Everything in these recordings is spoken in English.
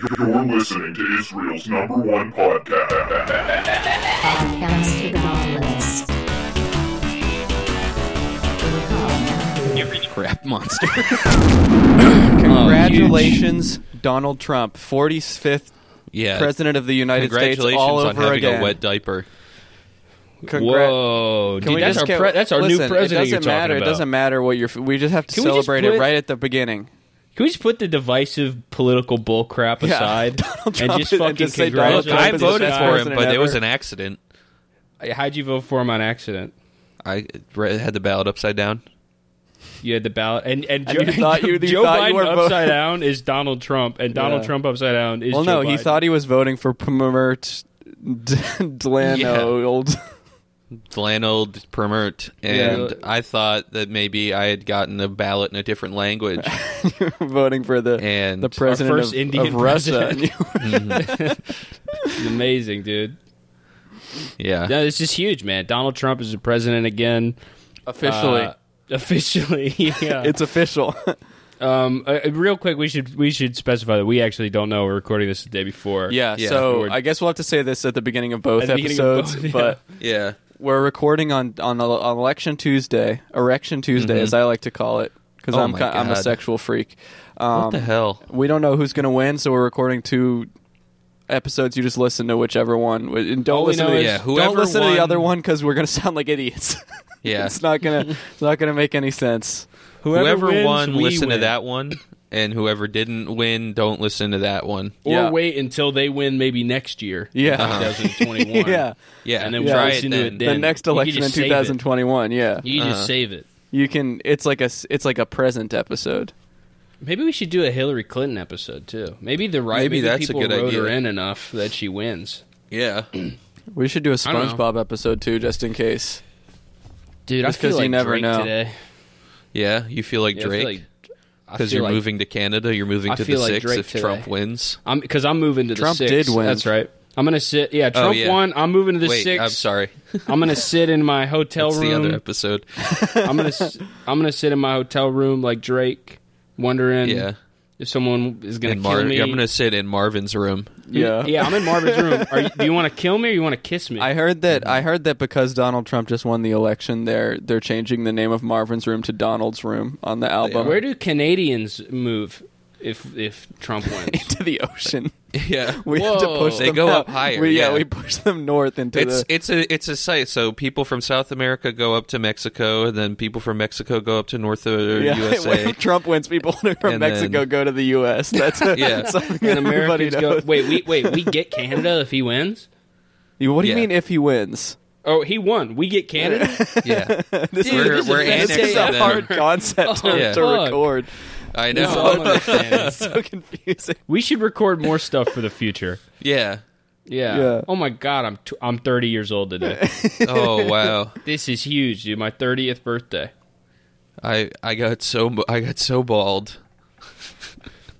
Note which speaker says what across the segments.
Speaker 1: You're listening to Israel's number one podcast.
Speaker 2: Podcast to the Nautilus.
Speaker 3: crap monster.
Speaker 4: Congratulations, Donald Trump, 45th
Speaker 3: yeah.
Speaker 4: president of the United States,
Speaker 3: Congratulations
Speaker 4: all
Speaker 3: on
Speaker 4: over
Speaker 3: having
Speaker 4: again.
Speaker 3: a wet diaper.
Speaker 4: Congra-
Speaker 5: Whoa,
Speaker 4: Can
Speaker 5: dude,
Speaker 4: we
Speaker 5: that's,
Speaker 4: just
Speaker 5: our
Speaker 4: get-
Speaker 5: pre- that's our new
Speaker 4: listen, It
Speaker 5: president. you're
Speaker 4: doesn't
Speaker 5: talking
Speaker 4: matter.
Speaker 5: About.
Speaker 4: It doesn't matter what you're. f- We just have to
Speaker 5: Can we just
Speaker 4: celebrate it
Speaker 5: put-
Speaker 4: right at the beginning.
Speaker 5: Can we just put the divisive political bull crap
Speaker 4: Yeah.
Speaker 5: aside
Speaker 4: Donald
Speaker 5: and
Speaker 4: Trump
Speaker 5: just
Speaker 4: and
Speaker 5: fucking
Speaker 4: just say Donald
Speaker 3: Look,
Speaker 4: Trump
Speaker 5: congratulate
Speaker 3: I
Speaker 4: is
Speaker 5: this
Speaker 4: the
Speaker 3: voted
Speaker 4: best
Speaker 5: guy?
Speaker 3: for him,
Speaker 4: president
Speaker 3: but it was
Speaker 4: ever.
Speaker 3: an accident.
Speaker 5: How'd you vote for him on accident?
Speaker 3: I re- had the ballot upside down.
Speaker 5: You had the ballot, and and, Joe,
Speaker 4: you thought you- you
Speaker 5: Joe
Speaker 4: thought
Speaker 5: Biden
Speaker 4: you were voting-
Speaker 5: upside down is Donald Trump, and Donald
Speaker 4: Yeah.
Speaker 5: Trump upside down is.
Speaker 4: Well,
Speaker 5: Joe
Speaker 4: no, he
Speaker 5: Biden.
Speaker 4: thought he was voting for Pemert Delanold.
Speaker 3: Delanold Permert, and
Speaker 5: Yeah.
Speaker 3: I thought that maybe I had gotten a ballot in a different language.
Speaker 4: voting for the
Speaker 3: And
Speaker 4: the president
Speaker 5: Our first
Speaker 4: of,
Speaker 5: Indian
Speaker 4: of Russia.
Speaker 5: president. It's amazing, dude.
Speaker 3: yeah,
Speaker 5: No, this is huge, man. Donald Trump is the president again.
Speaker 4: Officially,
Speaker 5: Uh, officially, yeah.
Speaker 4: it's official.
Speaker 5: Um, uh, real quick, we should we should specify that we actually don't know. We're recording this the day before.
Speaker 4: yeah,
Speaker 3: Yeah.
Speaker 4: So
Speaker 5: We're-
Speaker 4: I guess we'll have to say this at the beginning of both
Speaker 5: At the beginning of
Speaker 4: episodes,
Speaker 5: both, yeah.
Speaker 4: but.
Speaker 3: yeah.
Speaker 4: we're recording on on, el- on election Tuesday, erection Tuesday, as I like to call it, because
Speaker 3: Oh
Speaker 4: I'm
Speaker 3: my
Speaker 4: ki- I'm a
Speaker 3: God.
Speaker 4: sexual freak. Um,
Speaker 3: What the hell?
Speaker 4: We don't know who's going to win, so we're recording two episodes. You just listen to whichever one, W- and don't
Speaker 5: All we
Speaker 4: listen. To
Speaker 5: know
Speaker 4: the,
Speaker 5: is- Yeah,
Speaker 3: whoever
Speaker 4: don't listen to
Speaker 3: won-
Speaker 4: the other one because we're going to sound like idiots.
Speaker 3: Yeah.
Speaker 4: it's not gonna it's not gonna make any sense.
Speaker 3: Whoever,
Speaker 5: wins,
Speaker 3: won,
Speaker 5: we
Speaker 3: listen
Speaker 5: win.
Speaker 3: to that one, and whoever didn't win, don't listen to that one.
Speaker 5: Or
Speaker 4: Yeah.
Speaker 5: wait until they win maybe next year.
Speaker 4: Yeah.
Speaker 5: in 2021.
Speaker 4: yeah,
Speaker 3: Yeah,
Speaker 5: And then
Speaker 4: Yeah.
Speaker 5: try
Speaker 4: Listen
Speaker 3: to
Speaker 5: it then.
Speaker 3: it
Speaker 4: the
Speaker 3: then.
Speaker 4: next
Speaker 5: you
Speaker 4: election
Speaker 5: just
Speaker 4: in
Speaker 5: save it.
Speaker 4: 2021. Yeah,
Speaker 5: You can
Speaker 3: Uh-huh.
Speaker 5: just save it.
Speaker 4: you can. It's like a s- it's like a present episode.
Speaker 5: Maybe we should do a Hillary Clinton episode too. Maybe the right
Speaker 3: Maybe
Speaker 5: maybe,
Speaker 3: that's a
Speaker 5: people
Speaker 3: good
Speaker 5: rode
Speaker 3: idea.
Speaker 5: her in enough that she wins.
Speaker 3: Yeah,
Speaker 4: We should do a
Speaker 5: I don't know.
Speaker 4: SpongeBob episode too, just in case.
Speaker 5: Dude,
Speaker 4: Just
Speaker 5: I feel
Speaker 4: 'cause
Speaker 5: like
Speaker 4: you never
Speaker 5: Drake
Speaker 4: know.
Speaker 5: today.
Speaker 3: yeah. You feel like
Speaker 5: Yeah, I feel
Speaker 3: Drake
Speaker 5: like- I
Speaker 3: because
Speaker 5: feel
Speaker 3: you're
Speaker 5: like
Speaker 3: moving to Canada. You're moving
Speaker 5: I
Speaker 3: to the
Speaker 5: feel like
Speaker 3: six
Speaker 5: Drake
Speaker 3: if Trump
Speaker 5: today.
Speaker 3: wins.
Speaker 5: I'm because I'm moving to the
Speaker 4: Trump
Speaker 5: six.
Speaker 4: did win.
Speaker 5: That's right. I'm gonna sit. Yeah, Trump
Speaker 3: Oh, yeah.
Speaker 5: won. I'm moving to the
Speaker 3: Wait,
Speaker 5: 6
Speaker 3: I'm sorry.
Speaker 5: I'm gonna sit in my hotel
Speaker 3: That's
Speaker 5: room.
Speaker 3: the other episode.
Speaker 5: I'm gonna s- I'm gonna sit in my hotel room like Drake, wondering
Speaker 3: Yeah.
Speaker 5: if someone is gonna
Speaker 3: In
Speaker 5: kill
Speaker 3: Mar-
Speaker 5: me.
Speaker 3: I'm gonna sit in Marvin's room.
Speaker 4: Yeah.
Speaker 5: yeah, I'm in Marvin's room. Are you, do you want to kill me or you want to kiss me?
Speaker 4: I heard that
Speaker 3: Mm-hmm.
Speaker 4: I heard that because Donald Trump just won the election, they're they're changing the name of Marvin's room to Donald's room on the album.
Speaker 5: Where do Canadians move if if Trump wins?
Speaker 4: to the ocean?
Speaker 3: Yeah,
Speaker 4: We have to push.
Speaker 3: They
Speaker 4: them
Speaker 3: go
Speaker 4: out.
Speaker 3: up higher,
Speaker 4: We,
Speaker 3: yeah.
Speaker 4: we push them north into
Speaker 3: It's
Speaker 4: the.
Speaker 3: it's a it's a site. So people from South America go up to Mexico, and then people from Mexico go up to North uh,
Speaker 4: yeah,
Speaker 3: USA.
Speaker 4: when Trump wins, people from
Speaker 3: And
Speaker 4: Mexico
Speaker 3: then-
Speaker 4: go to the U.S. That's
Speaker 3: Yeah.
Speaker 4: something that
Speaker 5: And
Speaker 4: everybody
Speaker 5: Americans go.
Speaker 4: knows.
Speaker 5: Wait, we wait. We get Canada if he wins.
Speaker 4: what do you
Speaker 3: Yeah.
Speaker 4: mean if he wins?
Speaker 5: Oh, he won. We get Canada.
Speaker 3: yeah,
Speaker 4: This
Speaker 3: We're-
Speaker 4: is,
Speaker 3: we're
Speaker 4: this is
Speaker 3: annexing
Speaker 4: a
Speaker 3: them.
Speaker 4: hard concept to,
Speaker 5: Oh,
Speaker 3: yeah.
Speaker 4: to
Speaker 5: fuck.
Speaker 4: record.
Speaker 3: I
Speaker 5: No, I don't
Speaker 3: know.
Speaker 5: understand it.
Speaker 4: It's so confusing.
Speaker 5: We should record more stuff for the future.
Speaker 3: yeah.
Speaker 5: Yeah.
Speaker 4: Yeah.
Speaker 5: Oh my God, I'm t- I'm 30 years old today.
Speaker 3: Oh wow.
Speaker 5: this is huge, dude. My 30th birthday.
Speaker 3: I I got so b- I got so bald.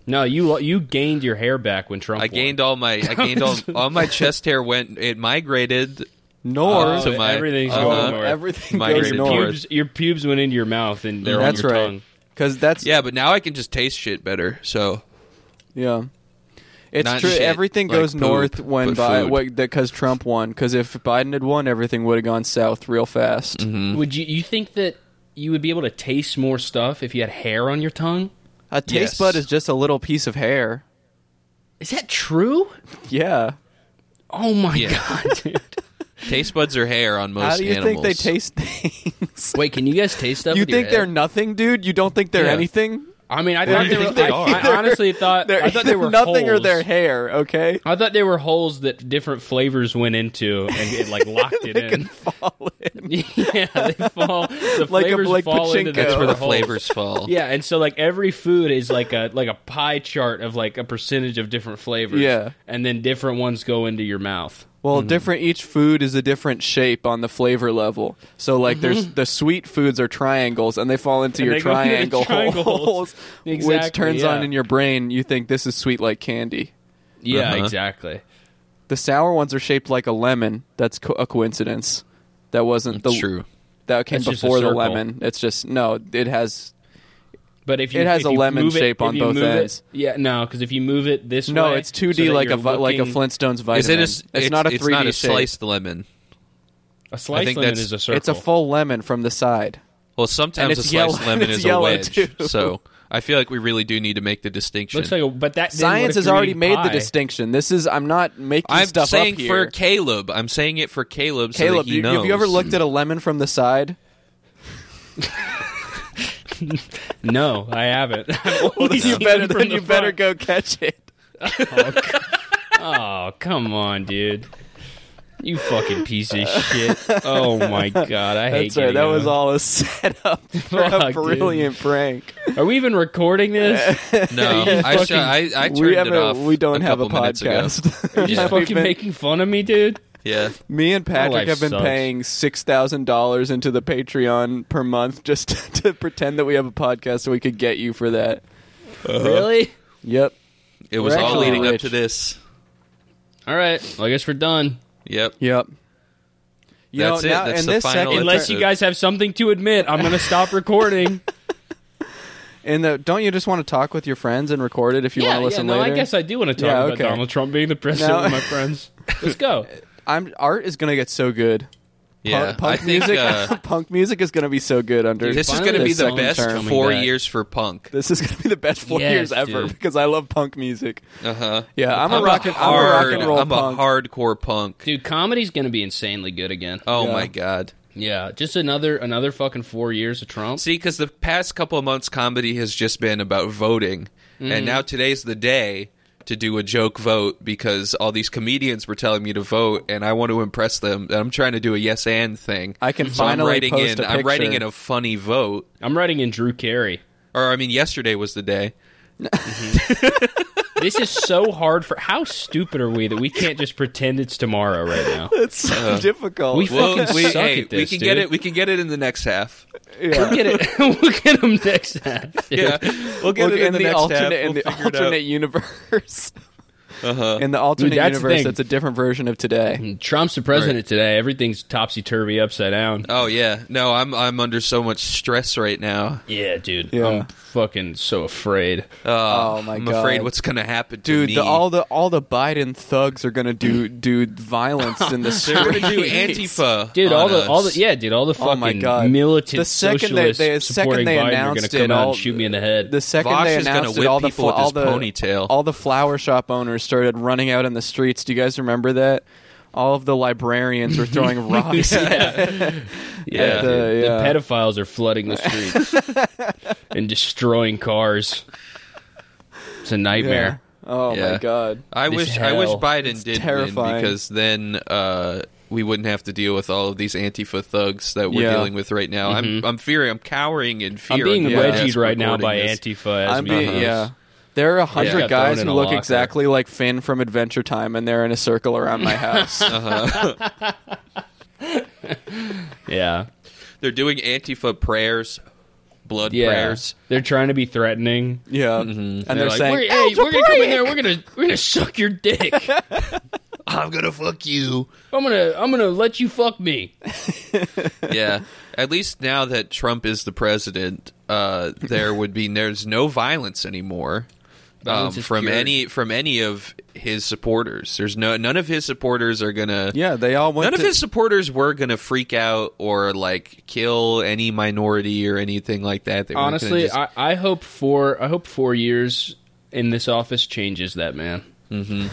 Speaker 5: No, you lo- you gained your hair back when Trump.
Speaker 3: I
Speaker 5: won.
Speaker 3: gained all my I gained all all my chest hair went. It migrated.
Speaker 4: Nor
Speaker 3: Oh, to my-
Speaker 5: everything's
Speaker 3: uh-huh.
Speaker 5: going north.
Speaker 4: Uh, everything goes
Speaker 3: Migrated
Speaker 5: your,
Speaker 4: north.
Speaker 3: towards-
Speaker 5: pubes, your pubes went into your mouth and they're
Speaker 4: That's
Speaker 5: on your
Speaker 4: right.
Speaker 5: tongue.
Speaker 4: Because that's
Speaker 3: Yeah, but now I can just taste shit better. So
Speaker 4: Yeah. It's
Speaker 3: Not
Speaker 4: true.
Speaker 3: shit,
Speaker 4: everything
Speaker 3: like
Speaker 4: goes
Speaker 3: poop,
Speaker 4: north when
Speaker 3: but food.
Speaker 4: Biden because Trump won. Because if Biden had won, everything would have gone south real fast.
Speaker 3: Mm-hmm. Mm.
Speaker 5: Would you you think that you would be able to taste more stuff if you had hair on your tongue?
Speaker 4: A taste
Speaker 3: Yes.
Speaker 4: bud is just a little piece of hair.
Speaker 5: Is that true?
Speaker 4: Yeah.
Speaker 5: Oh my
Speaker 3: Yeah.
Speaker 5: god, dude.
Speaker 3: taste buds are hair on most
Speaker 4: How do you
Speaker 3: animals.
Speaker 4: think they taste things?
Speaker 5: Wait, can you guys taste stuff?
Speaker 4: you
Speaker 5: with your
Speaker 4: think they're
Speaker 5: head?
Speaker 4: nothing, dude? You don't think they're
Speaker 3: Yeah.
Speaker 4: anything?
Speaker 5: I mean, I thought
Speaker 3: you
Speaker 5: they were.
Speaker 3: think they
Speaker 5: I,
Speaker 3: are?
Speaker 5: I honestly thought
Speaker 4: They're
Speaker 5: I thought they
Speaker 4: either
Speaker 5: were
Speaker 4: nothing or
Speaker 5: holes.
Speaker 4: their hair. Okay.
Speaker 5: I thought they were holes that different flavors went into and it like locked it in.
Speaker 4: Fall in.
Speaker 5: yeah, they fall. The
Speaker 4: Like a-
Speaker 5: flavors
Speaker 4: like
Speaker 5: fall into
Speaker 4: pachinko.
Speaker 5: the
Speaker 4: That's
Speaker 3: where the
Speaker 5: holes.
Speaker 3: flavors fall.
Speaker 5: Yeah, and so like every food is like a like a pie chart of like a percentage of different flavors.
Speaker 4: Yeah.
Speaker 5: and then different ones go into your mouth.
Speaker 4: Well, different. Each food is a different shape on the flavor level. So, like, there's the sweet foods are triangles, and they fall into
Speaker 5: Mm-hmm. And
Speaker 4: your
Speaker 5: they go
Speaker 4: triangle
Speaker 5: into triangles.
Speaker 4: holes,
Speaker 5: Exactly,
Speaker 4: which turns on
Speaker 5: yeah.
Speaker 4: in your brain. You think this is sweet like candy.
Speaker 5: Yeah,
Speaker 3: Uh-huh.
Speaker 5: exactly.
Speaker 4: The sour ones are shaped like a lemon. That's co- a coincidence. That wasn't the
Speaker 3: It's true.
Speaker 4: That came
Speaker 5: That's just a
Speaker 4: before the
Speaker 5: circle.
Speaker 4: lemon. It's just no. It has.
Speaker 5: But if you
Speaker 4: It has
Speaker 5: if
Speaker 4: a
Speaker 5: you
Speaker 4: lemon
Speaker 5: move it-
Speaker 4: shape
Speaker 5: if
Speaker 4: on
Speaker 5: you
Speaker 4: both
Speaker 5: move it-
Speaker 4: ends.
Speaker 5: yeah, no, because if you move it this
Speaker 4: No,
Speaker 5: way,
Speaker 4: it's 2D
Speaker 5: so that
Speaker 4: like a
Speaker 5: you're
Speaker 4: vi- like a
Speaker 5: looking-
Speaker 4: Flintstones vitamin.
Speaker 3: Is it a,
Speaker 4: it's, not a 3D
Speaker 3: it's not a
Speaker 4: shape.
Speaker 3: sliced lemon.
Speaker 5: A slice
Speaker 3: I think
Speaker 5: lemon
Speaker 3: that's-
Speaker 5: is a circle.
Speaker 4: It's a full lemon from the side.
Speaker 3: Well, sometimes a
Speaker 4: it's
Speaker 3: sliced
Speaker 4: yellow-
Speaker 3: lemon
Speaker 4: it's
Speaker 3: is a
Speaker 4: yellow,
Speaker 3: wedge.
Speaker 4: too.
Speaker 3: So I feel like we really do need to make the distinction.
Speaker 5: Looks like a but that then what
Speaker 4: Science
Speaker 5: if
Speaker 4: has
Speaker 5: you're
Speaker 4: already
Speaker 5: eating
Speaker 4: made the
Speaker 5: pie?
Speaker 4: distinction. This is I'm not making
Speaker 3: I'm
Speaker 4: stuff
Speaker 3: saying
Speaker 4: up here.
Speaker 3: for Caleb. I'm saying it for Caleb. so that
Speaker 4: Caleb,
Speaker 3: he
Speaker 4: you- have you ever
Speaker 3: knows.
Speaker 4: looked at a lemon from the side?
Speaker 5: No, I haven't. I've only
Speaker 4: you
Speaker 5: seen
Speaker 4: better
Speaker 5: them from
Speaker 4: then
Speaker 5: the
Speaker 4: you better
Speaker 5: front.
Speaker 4: go catch it.
Speaker 5: Oh come on, dude. You fucking piece of shit. Oh my god, I hate
Speaker 4: That's right.
Speaker 5: getting
Speaker 4: That was
Speaker 5: on.
Speaker 4: all a setup for a
Speaker 5: Fuck, dude.
Speaker 4: brilliant prank.
Speaker 5: Are we even recording this?
Speaker 3: No,
Speaker 5: You
Speaker 3: I, sh-
Speaker 5: fucking-
Speaker 3: I, I turned
Speaker 4: we
Speaker 3: it
Speaker 4: haven't-
Speaker 3: off.
Speaker 4: We don't
Speaker 3: a
Speaker 4: have a
Speaker 3: couple minutes ago.
Speaker 4: podcast.
Speaker 5: You're just
Speaker 4: Yeah. We've
Speaker 5: fucking
Speaker 4: been-
Speaker 5: making fun of me, dude.
Speaker 3: Yeah,
Speaker 4: Me and Patrick
Speaker 5: life
Speaker 4: have been
Speaker 5: sucks.
Speaker 4: paying six thousand dollars into the Patreon per month just to, pretend that we have a podcast, so we could get you for that. Uh-huh.
Speaker 5: Really?
Speaker 4: Yep.
Speaker 3: it was
Speaker 4: We're
Speaker 3: all
Speaker 4: actually
Speaker 3: leading up
Speaker 4: rich.
Speaker 3: to this.
Speaker 5: All right. Well, I guess we're done.
Speaker 3: Yep.
Speaker 4: Yep. You
Speaker 3: That's it.
Speaker 4: know, now,
Speaker 3: That's
Speaker 4: in
Speaker 3: the
Speaker 4: this
Speaker 3: final
Speaker 4: second,
Speaker 5: Unless you
Speaker 3: episode.
Speaker 5: guys have something to admit, I'm gonna stop recording.
Speaker 4: in the uh, don't you just want to talk with your friends and record it if you want to listen
Speaker 5: no,
Speaker 4: later?
Speaker 5: I guess I do want to talk
Speaker 4: Yeah,
Speaker 5: about
Speaker 4: okay.
Speaker 5: Donald Trump being the president
Speaker 4: No.
Speaker 5: with my friends. Let's go.
Speaker 4: am art is gonna get so good.
Speaker 3: Yeah,
Speaker 4: Punk, punk
Speaker 3: I think
Speaker 4: music.
Speaker 3: uh,
Speaker 4: punk music is gonna be so good under.
Speaker 3: this is
Speaker 5: finally
Speaker 3: going to be
Speaker 5: this
Speaker 3: the
Speaker 4: second
Speaker 3: best
Speaker 4: term.
Speaker 3: four
Speaker 5: Coming back.
Speaker 3: years for punk.
Speaker 4: This is gonna be the best four
Speaker 5: Yes,
Speaker 4: years ever
Speaker 5: dude.
Speaker 4: because I love punk music.
Speaker 3: Uh huh.
Speaker 4: Yeah, I'm,
Speaker 3: I'm
Speaker 4: a rock.
Speaker 3: a
Speaker 4: and- I'm a rock
Speaker 3: hard.
Speaker 4: and roll
Speaker 3: I'm
Speaker 4: punk.
Speaker 3: a hardcore punk.
Speaker 5: Dude, comedy's gonna be insanely good again.
Speaker 3: Oh
Speaker 4: Yeah.
Speaker 3: my god.
Speaker 5: Yeah, just another another fucking four years of Trump.
Speaker 3: See, because the past couple of months, comedy has just been about voting,
Speaker 4: Mm.
Speaker 3: and now today's the day to do a joke vote because all these comedians were telling me to vote, and I want to impress them. And I'm trying to do a yes and thing.
Speaker 4: I can
Speaker 3: so I'm
Speaker 4: finally
Speaker 3: writing
Speaker 4: post
Speaker 3: in.
Speaker 4: a
Speaker 3: I'm writing in
Speaker 4: picture.
Speaker 3: a funny vote,
Speaker 5: I'm writing in Drew Carey.
Speaker 3: or I mean, yesterday was the day.
Speaker 5: This is so hard for. How stupid are we that we can't just pretend it's tomorrow right now?
Speaker 4: It's so
Speaker 3: Uh,
Speaker 4: difficult.
Speaker 5: we
Speaker 3: Well,
Speaker 5: fucking
Speaker 3: we,
Speaker 5: suck
Speaker 3: hey,
Speaker 5: at
Speaker 3: we
Speaker 5: this,
Speaker 3: can get
Speaker 5: dude.
Speaker 3: it. We can get it in the next half.
Speaker 4: Yeah.
Speaker 5: We'll get it. we'll get him next time. dude.
Speaker 3: Yeah, we'll get
Speaker 4: Look,
Speaker 3: it in, the, next
Speaker 4: alternate
Speaker 3: half.
Speaker 4: in
Speaker 3: We'll
Speaker 4: the
Speaker 3: figure it out.
Speaker 4: alternate universe.
Speaker 3: Uh-huh.
Speaker 4: In the alternate
Speaker 5: Dude, that's the
Speaker 4: universe,
Speaker 5: thing.
Speaker 4: it's a different version of today.
Speaker 5: Trump's the president today. Everything's topsy turvy, upside down.
Speaker 3: Oh yeah, no, I'm I'm under so much stress right now.
Speaker 5: Yeah, dude.
Speaker 4: Yeah.
Speaker 5: I'm fucking so afraid.
Speaker 3: Uh,
Speaker 4: Oh, my
Speaker 3: I'm
Speaker 4: God.
Speaker 3: afraid what's gonna happen to
Speaker 4: Dude,
Speaker 3: me.
Speaker 4: the, all the all the Biden thugs are gonna do do violence in the
Speaker 3: They're
Speaker 4: streets.
Speaker 3: gonna do Antifa,
Speaker 5: Dude,
Speaker 3: on
Speaker 5: all the
Speaker 3: us.
Speaker 5: all the yeah, dude, all the fucking
Speaker 4: Oh my God.
Speaker 5: militant
Speaker 4: The second they-
Speaker 5: socialists
Speaker 4: they- second
Speaker 5: supporting
Speaker 4: they
Speaker 5: Biden are
Speaker 4: announced
Speaker 5: gonna
Speaker 4: it,
Speaker 5: come out
Speaker 4: all-
Speaker 5: and shoot me in the head.
Speaker 4: The uh, second
Speaker 3: Vosh
Speaker 4: they
Speaker 3: is gonna
Speaker 4: announced it,
Speaker 3: whip
Speaker 4: all the
Speaker 3: people with
Speaker 4: all
Speaker 3: his
Speaker 4: the
Speaker 3: ponytail.
Speaker 4: all the flower shop owners started running out in the streets. Do you guys remember that? All of the librarians were throwing rocks. at,
Speaker 5: yeah,
Speaker 4: at the-
Speaker 5: dude. the
Speaker 4: yeah.
Speaker 5: pedophiles are flooding the streets and destroying cars. It's a
Speaker 4: yeah.
Speaker 5: nightmare.
Speaker 4: Oh
Speaker 3: Yeah.
Speaker 4: my god.
Speaker 3: I
Speaker 5: This
Speaker 3: wish I wish
Speaker 5: hell.
Speaker 3: Biden did
Speaker 4: terrifying.
Speaker 3: win because then uh, we wouldn't have to deal with all of these Antifa thugs that we're
Speaker 4: Yeah.
Speaker 3: dealing with right now.
Speaker 5: Mm-hmm.
Speaker 3: I'm I'm fearing I'm cowering in fear.
Speaker 5: I'm being
Speaker 3: under
Speaker 4: Yeah.
Speaker 3: my
Speaker 5: wedgied
Speaker 3: desk
Speaker 5: right now
Speaker 3: recording
Speaker 5: by
Speaker 3: this.
Speaker 5: Antifa. As
Speaker 4: I'm
Speaker 5: we
Speaker 4: being,
Speaker 5: host.
Speaker 4: yeah. There are a
Speaker 5: Yeah.
Speaker 4: hundred
Speaker 5: Got thrown
Speaker 4: guys
Speaker 5: in
Speaker 4: who
Speaker 5: a
Speaker 4: look
Speaker 5: locker.
Speaker 4: exactly like Finn from Adventure Time, and they're in a circle around my house.
Speaker 3: Uh-huh.
Speaker 5: yeah,
Speaker 3: They're doing Antifa prayers, blood
Speaker 5: yeah.
Speaker 3: prayers.
Speaker 5: They're trying to be threatening.
Speaker 4: yeah,
Speaker 3: Mm-hmm.
Speaker 4: and they're, saying,
Speaker 5: we're, hey, we're gonna come in there. We're gonna we're gonna suck your dick.
Speaker 3: I'm gonna fuck you.
Speaker 5: I'm gonna I'm gonna let you fuck me.
Speaker 3: yeah. At least now that Trump is the president, uh, there would be there's no violence anymore um,
Speaker 5: Violence is
Speaker 3: from
Speaker 5: cured.
Speaker 3: any from any of his supporters. There's no none of his supporters are gonna
Speaker 4: yeah, they all went.
Speaker 3: none of
Speaker 4: to-
Speaker 3: his supporters were gonna freak out or like kill any minority or anything like that. They weren't gonna
Speaker 5: Honestly,
Speaker 3: just-
Speaker 5: I, I hope four I hope four years in this office changes that man. Mm-hmm.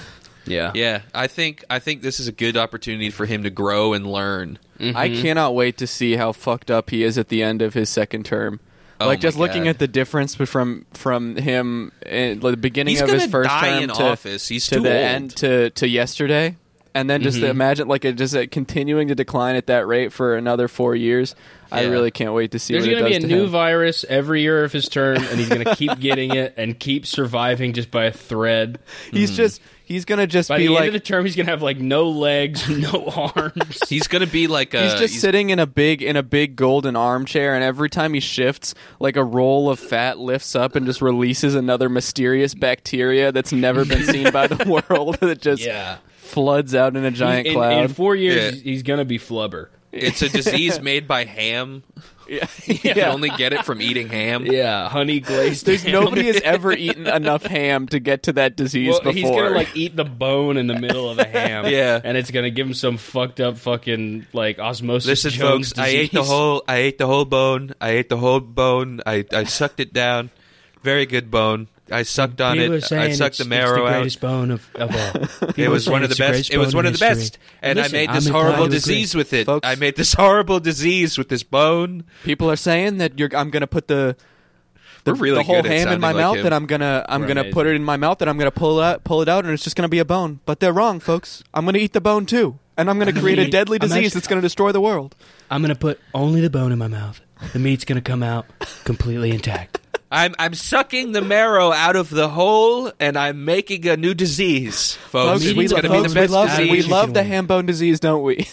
Speaker 5: Yeah.
Speaker 3: yeah, I think I think this is a good opportunity for him to grow and learn.
Speaker 5: Mm.
Speaker 4: I
Speaker 3: Mm-hmm.
Speaker 4: cannot wait to see how fucked up he is at the end of his second term.
Speaker 3: Oh
Speaker 4: like
Speaker 3: my
Speaker 4: just looking
Speaker 3: God.
Speaker 4: at the difference be- from from him in like, the beginning
Speaker 3: He's
Speaker 4: of
Speaker 3: gonna
Speaker 4: his first
Speaker 3: die
Speaker 4: term
Speaker 3: in
Speaker 4: to,
Speaker 3: office. He's
Speaker 4: to
Speaker 3: too
Speaker 4: the
Speaker 3: old. Mm-hmm.
Speaker 4: end to to yesterday, and then just imagine like it just uh, continuing to decline at that rate for another four years. I
Speaker 3: Yeah.
Speaker 4: really can't wait to see
Speaker 5: There's
Speaker 4: what it
Speaker 5: going to be a
Speaker 4: does to
Speaker 5: new
Speaker 4: him.
Speaker 5: virus every year of his term, and he's going to keep getting it and keep surviving just by a thread.
Speaker 3: Hmm.
Speaker 4: He's just he's gonna just
Speaker 5: By
Speaker 4: be
Speaker 5: the
Speaker 4: like
Speaker 5: end of the term, he's going to have like no legs, no arms.
Speaker 3: He's gonna be like a
Speaker 4: He's
Speaker 5: uh,
Speaker 4: just sitting in a big in a big golden armchair, and every time he shifts, like a roll of fat lifts up and just releases another mysterious bacteria that's never been seen by the world that just
Speaker 5: yeah.
Speaker 4: floods out in a giant
Speaker 5: in,
Speaker 4: cloud.
Speaker 5: in four years,
Speaker 3: Yeah.
Speaker 5: he's, he's going to be flubber.
Speaker 3: It's a disease made by ham.
Speaker 4: Yeah.
Speaker 3: You can only get it from eating ham.
Speaker 5: Yeah, honey glazed.
Speaker 4: There's
Speaker 5: ham.
Speaker 4: nobody has ever eaten enough ham to get to that disease
Speaker 5: Well,
Speaker 4: before.
Speaker 5: he's gonna like eat the bone in the middle of a ham.
Speaker 3: Yeah.
Speaker 5: and it's gonna give him some fucked up fucking like osmosis.
Speaker 3: Listen,
Speaker 5: Jones
Speaker 3: folks, I ate the
Speaker 5: disease.
Speaker 3: whole. I ate the whole bone. I ate the whole bone. I, I sucked it down. Very good bone. I sucked on
Speaker 5: People are
Speaker 3: it. I
Speaker 5: saying
Speaker 3: sucked
Speaker 5: it's-
Speaker 3: the
Speaker 5: it's
Speaker 3: marrow
Speaker 5: the
Speaker 3: out.
Speaker 5: greatest bone of, of all.
Speaker 3: It
Speaker 5: People
Speaker 3: was
Speaker 5: are
Speaker 3: one
Speaker 5: saying
Speaker 3: of the
Speaker 5: it's greatest
Speaker 3: best. It
Speaker 5: bone
Speaker 3: was
Speaker 5: in
Speaker 3: one of the
Speaker 5: history.
Speaker 3: best, and
Speaker 5: Listen,
Speaker 3: I made this
Speaker 5: I'm inclined
Speaker 3: horrible
Speaker 5: to agree.
Speaker 3: disease with it.
Speaker 4: Folks-
Speaker 3: I made this horrible disease with this bone.
Speaker 4: People are saying that you're. I'm gonna put the. The,
Speaker 3: We're really
Speaker 4: the whole
Speaker 3: good at
Speaker 4: ham in
Speaker 3: sounding
Speaker 4: my
Speaker 3: like
Speaker 4: mouth,
Speaker 3: him.
Speaker 4: and I'm gonna I'm
Speaker 5: We're
Speaker 4: gonna
Speaker 5: amazing.
Speaker 4: put it in my mouth, and I'm gonna pull it out, pull it out, and it's just gonna be a bone. But they're wrong, folks. I'm gonna eat the bone too, and I'm gonna create a
Speaker 5: eat-
Speaker 4: deadly
Speaker 5: I'm
Speaker 4: disease
Speaker 5: actually-
Speaker 4: that's gonna destroy the world.
Speaker 5: I'm gonna put only the bone in my mouth. The meat's gonna come out completely intact.
Speaker 3: I'm I'm sucking the marrow out of the hole, and I'm making a new disease, folks.
Speaker 4: Folks,
Speaker 3: Oh, it's
Speaker 4: we,
Speaker 3: going to be
Speaker 4: folks,
Speaker 3: the
Speaker 4: we
Speaker 3: best
Speaker 4: love
Speaker 3: disease.
Speaker 4: we
Speaker 5: Chicken
Speaker 4: love the
Speaker 5: wing.
Speaker 4: ham bone disease, don't we?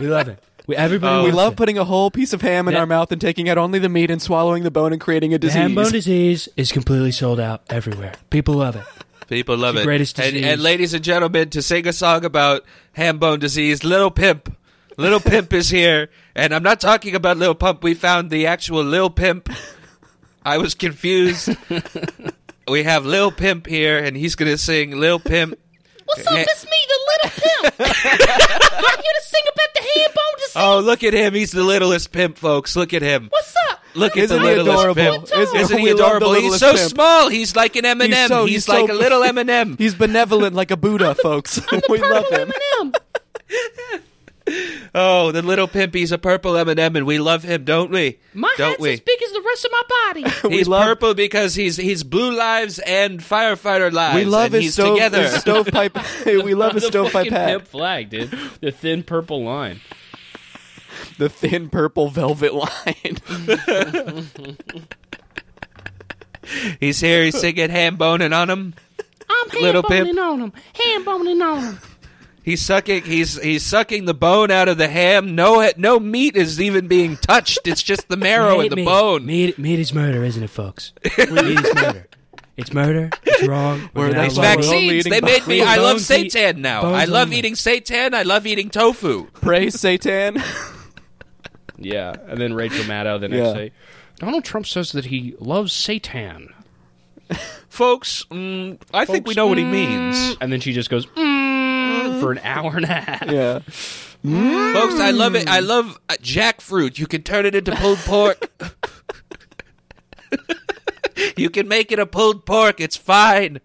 Speaker 5: We love it. We, everybody,
Speaker 3: Oh.
Speaker 4: we
Speaker 5: wants
Speaker 4: love
Speaker 5: it.
Speaker 4: putting a whole piece of ham in
Speaker 5: That-
Speaker 4: our mouth and taking out only the meat and swallowing the bone and creating a
Speaker 5: The
Speaker 4: disease.
Speaker 5: ham bone disease is completely sold out everywhere. People love it.
Speaker 3: People love
Speaker 5: the
Speaker 3: it.
Speaker 5: greatest
Speaker 3: and,
Speaker 5: disease.
Speaker 3: and ladies and gentlemen, to sing a song about ham bone disease, Little Pimp. Little Pimp is here. And I'm not talking about Little Pump. We found the actual Lil Pimp. I was confused. we have Lil Pimp here, and he's going to sing Lil Pimp.
Speaker 6: What's up?
Speaker 3: Yeah.
Speaker 6: It's me, the little pimp. I'm here to sing about the hand bone disease.
Speaker 3: Oh, look at him. He's the littlest pimp, folks. Look at him.
Speaker 6: What's up?
Speaker 3: Look at
Speaker 4: Isn't
Speaker 3: the
Speaker 4: he
Speaker 3: littlest
Speaker 4: adorable?
Speaker 3: pimp.
Speaker 6: Isn't-
Speaker 3: Isn't he
Speaker 4: we love the
Speaker 3: adorable? He's
Speaker 4: littlest
Speaker 3: so
Speaker 4: pimp.
Speaker 3: small. He's like an M&M. He's,
Speaker 4: so- he's
Speaker 3: like
Speaker 4: so-
Speaker 3: a little M&M.
Speaker 4: He's benevolent like a Buddha, folks. we love him.
Speaker 3: Oh, the little pimpy's a purple M&M, and we love him, don't we?
Speaker 6: My
Speaker 3: don't
Speaker 6: head's
Speaker 3: we?
Speaker 6: as big as the rest of my body.
Speaker 4: We
Speaker 3: He's
Speaker 4: love-
Speaker 3: purple because he's he's blue lives and firefighter lives.
Speaker 4: We love
Speaker 3: and
Speaker 4: his,
Speaker 3: he's
Speaker 4: stove,
Speaker 3: together.
Speaker 4: his stovepipe. we love his
Speaker 5: the
Speaker 4: stovepipe
Speaker 5: fucking
Speaker 4: hat.
Speaker 5: pimp flag, dude. The thin purple line.
Speaker 4: The thin purple velvet line.
Speaker 3: He's here. He's singing ham boning on him.
Speaker 6: I'm hand
Speaker 3: Little pimp.
Speaker 6: boning on him. Hand boning on him.
Speaker 3: He's sucking. He's he's sucking the bone out of the ham. No no meat is even being touched. It's just the marrow and the bone.
Speaker 5: Meat, meat is murder, isn't it, folks? meat is murder. It's murder. It's wrong.
Speaker 4: We're not
Speaker 3: These
Speaker 4: Well, we're only
Speaker 3: vaccines.
Speaker 4: eating
Speaker 3: They made
Speaker 4: bones.
Speaker 3: me. I love
Speaker 5: Bones eat-
Speaker 3: seitan now.
Speaker 5: bones
Speaker 3: I love
Speaker 5: only.
Speaker 3: eating seitan. I love eating tofu.
Speaker 4: Praise Satan.
Speaker 5: Yeah, and then Rachel Maddow the next
Speaker 4: Yeah.
Speaker 5: day. Donald Trump says that he loves Satan,
Speaker 3: Folks, mm, I think we know what he means.
Speaker 5: and then she just goes "Mm," for an hour and a half.
Speaker 4: Yeah.
Speaker 3: Folks, I love it.
Speaker 4: Hmm.
Speaker 3: I love uh, jackfruit. You can turn it into pulled pork. you can make it a pulled pork. It's fine.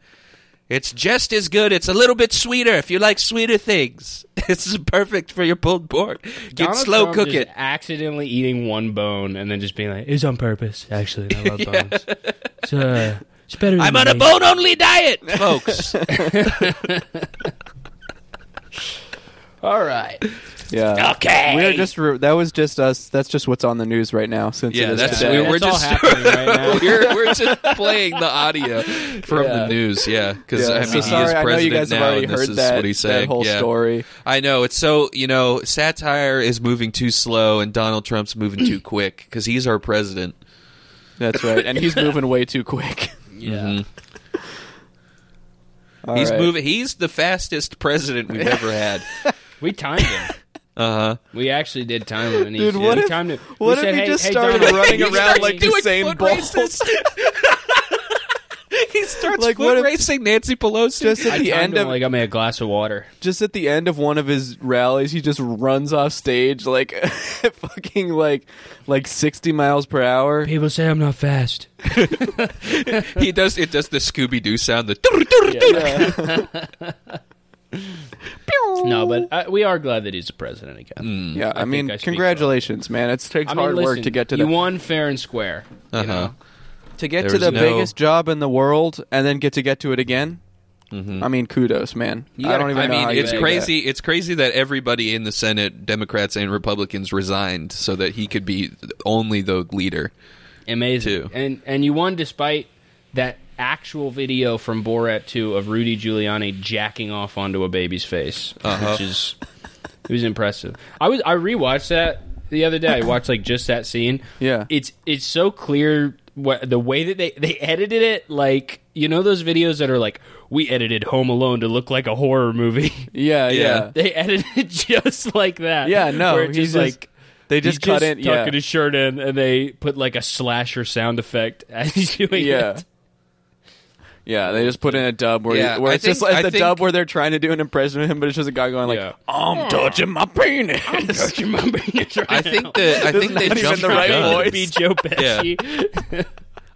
Speaker 3: It's just as good. It's a little bit sweeter if you like sweeter things. This is perfect for your pulled pork. You can
Speaker 5: Donald
Speaker 3: slow
Speaker 5: Trump
Speaker 3: cook
Speaker 5: just
Speaker 3: it.
Speaker 5: Accidentally eating one bone and then just being like, "It's on purpose, actually. and I love bones. It's, uh, it's better." Than
Speaker 3: I'm on a
Speaker 5: meat."
Speaker 3: bone only diet, folks.
Speaker 5: All right.
Speaker 4: Yeah.
Speaker 3: okay.
Speaker 4: We're just re- that was just us. That's just what's on the news right now. Since
Speaker 3: Yeah,
Speaker 4: it is
Speaker 3: that's-
Speaker 4: today.
Speaker 3: we- we're
Speaker 5: That's all
Speaker 3: just-
Speaker 5: happening right now.
Speaker 3: we're, we're just playing the audio from
Speaker 4: Yeah.
Speaker 3: the news, yeah. Because
Speaker 4: Yeah.
Speaker 3: I mean,
Speaker 4: so
Speaker 3: he
Speaker 4: sorry,
Speaker 3: is
Speaker 4: I know you guys
Speaker 3: president
Speaker 4: have
Speaker 3: now,
Speaker 4: already
Speaker 3: and this
Speaker 4: heard
Speaker 3: is
Speaker 4: that,
Speaker 3: what he's saying.
Speaker 4: that whole
Speaker 3: yeah.
Speaker 4: story.
Speaker 3: I know it's so you know satire is moving too slow and Donald Trump's moving too quick because he's our president.
Speaker 4: That's right, and he's moving way too quick.
Speaker 5: Yeah. Mm-hmm.
Speaker 4: All
Speaker 3: he's
Speaker 4: right.
Speaker 3: moving. He's the fastest president we've ever had.
Speaker 5: We timed him.
Speaker 3: Uh huh.
Speaker 5: We actually did time him. And he,
Speaker 4: Dude, what
Speaker 5: we
Speaker 4: if-
Speaker 5: timed him. We
Speaker 4: what if
Speaker 5: said,
Speaker 4: he
Speaker 5: "Hey-
Speaker 4: just
Speaker 5: hey,
Speaker 4: started
Speaker 5: Donald,
Speaker 4: running
Speaker 5: you
Speaker 4: around
Speaker 5: started
Speaker 4: like
Speaker 5: doing-
Speaker 4: Usain Bolt?
Speaker 3: he starts
Speaker 4: Like, what
Speaker 3: foot
Speaker 4: if-
Speaker 3: racing Nancy Pelosi.
Speaker 4: Just
Speaker 5: I
Speaker 4: at the
Speaker 5: timed
Speaker 4: end
Speaker 5: him
Speaker 4: of
Speaker 5: like I made a glass of water.
Speaker 4: just at the end of one of his rallies, he just runs off stage like fucking like like sixty miles per hour.
Speaker 5: People say I'm not fast.
Speaker 3: he does. It does the Scooby Doo sound. The "Durr, durr, durr."
Speaker 5: No, but uh we are glad that he's the president again.
Speaker 4: Yeah, I,
Speaker 5: think
Speaker 4: mean,
Speaker 5: I speak for all.
Speaker 4: congratulations, man. It takes
Speaker 5: I mean,
Speaker 4: Hmm. hard work
Speaker 5: listen,
Speaker 4: to get to
Speaker 5: you
Speaker 4: the
Speaker 5: won fair and square. you
Speaker 3: Uh-huh.
Speaker 5: know?
Speaker 4: to get
Speaker 3: there
Speaker 4: to
Speaker 3: was
Speaker 4: the
Speaker 3: no-
Speaker 4: biggest job in the world and then get to get to it again. I mean, kudos, man.
Speaker 5: You
Speaker 4: I
Speaker 5: gotta-
Speaker 4: don't even
Speaker 3: I
Speaker 4: know.
Speaker 3: mean,
Speaker 4: how you
Speaker 3: it's
Speaker 4: do
Speaker 3: crazy. It's crazy that everybody in the Senate, Democrats and Republicans, resigned so that he could be only the leader.
Speaker 5: Amazing.
Speaker 3: Two.
Speaker 5: And and you won despite that actual video from Borat 2 of Rudy Giuliani jacking off onto a baby's face,
Speaker 4: Uh-huh.
Speaker 5: which is it was impressive. I was I rewatched that the other day. I watched like just that scene.
Speaker 4: Yeah.
Speaker 5: It's it's so clear what the way that they they edited it like you know those videos that are like we edited Home Alone to look like a horror movie.
Speaker 4: Yeah, yeah,
Speaker 5: they edited it just like that.
Speaker 4: yeah. no,
Speaker 5: where it's
Speaker 4: he's
Speaker 5: just like
Speaker 4: they just cut
Speaker 5: just
Speaker 4: in. Yeah,
Speaker 5: tucking his shirt in, and they put like a slasher sound effect as he's doing
Speaker 4: yeah.
Speaker 5: it.
Speaker 4: Yeah, they just put in a dub where,
Speaker 3: Yeah,
Speaker 4: you, where
Speaker 3: I
Speaker 4: it's just
Speaker 3: think-
Speaker 4: like
Speaker 3: I
Speaker 4: the
Speaker 3: think-
Speaker 4: dub where they're trying to do an impression of him, but it's just a guy going like,
Speaker 5: Yeah.
Speaker 4: "I'm touching my penis."
Speaker 5: Touching my penis right
Speaker 3: I think that I think they
Speaker 4: not even
Speaker 3: jumped
Speaker 4: the
Speaker 3: the
Speaker 4: right
Speaker 3: gun.
Speaker 4: voice.
Speaker 5: to be Joe Pesci.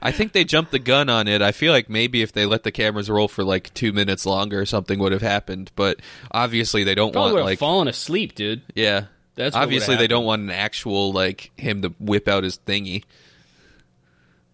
Speaker 3: I think they jumped the gun on it. I feel like maybe if they let the cameras roll for like two minutes longer, something would have happened. But obviously, they don't
Speaker 5: Probably
Speaker 3: want
Speaker 5: would
Speaker 3: like
Speaker 5: have fallen Oh, asleep, dude.
Speaker 3: yeah.
Speaker 5: That's what
Speaker 3: obviously
Speaker 5: would've
Speaker 3: they don't want an actual like him to whip out his thingy.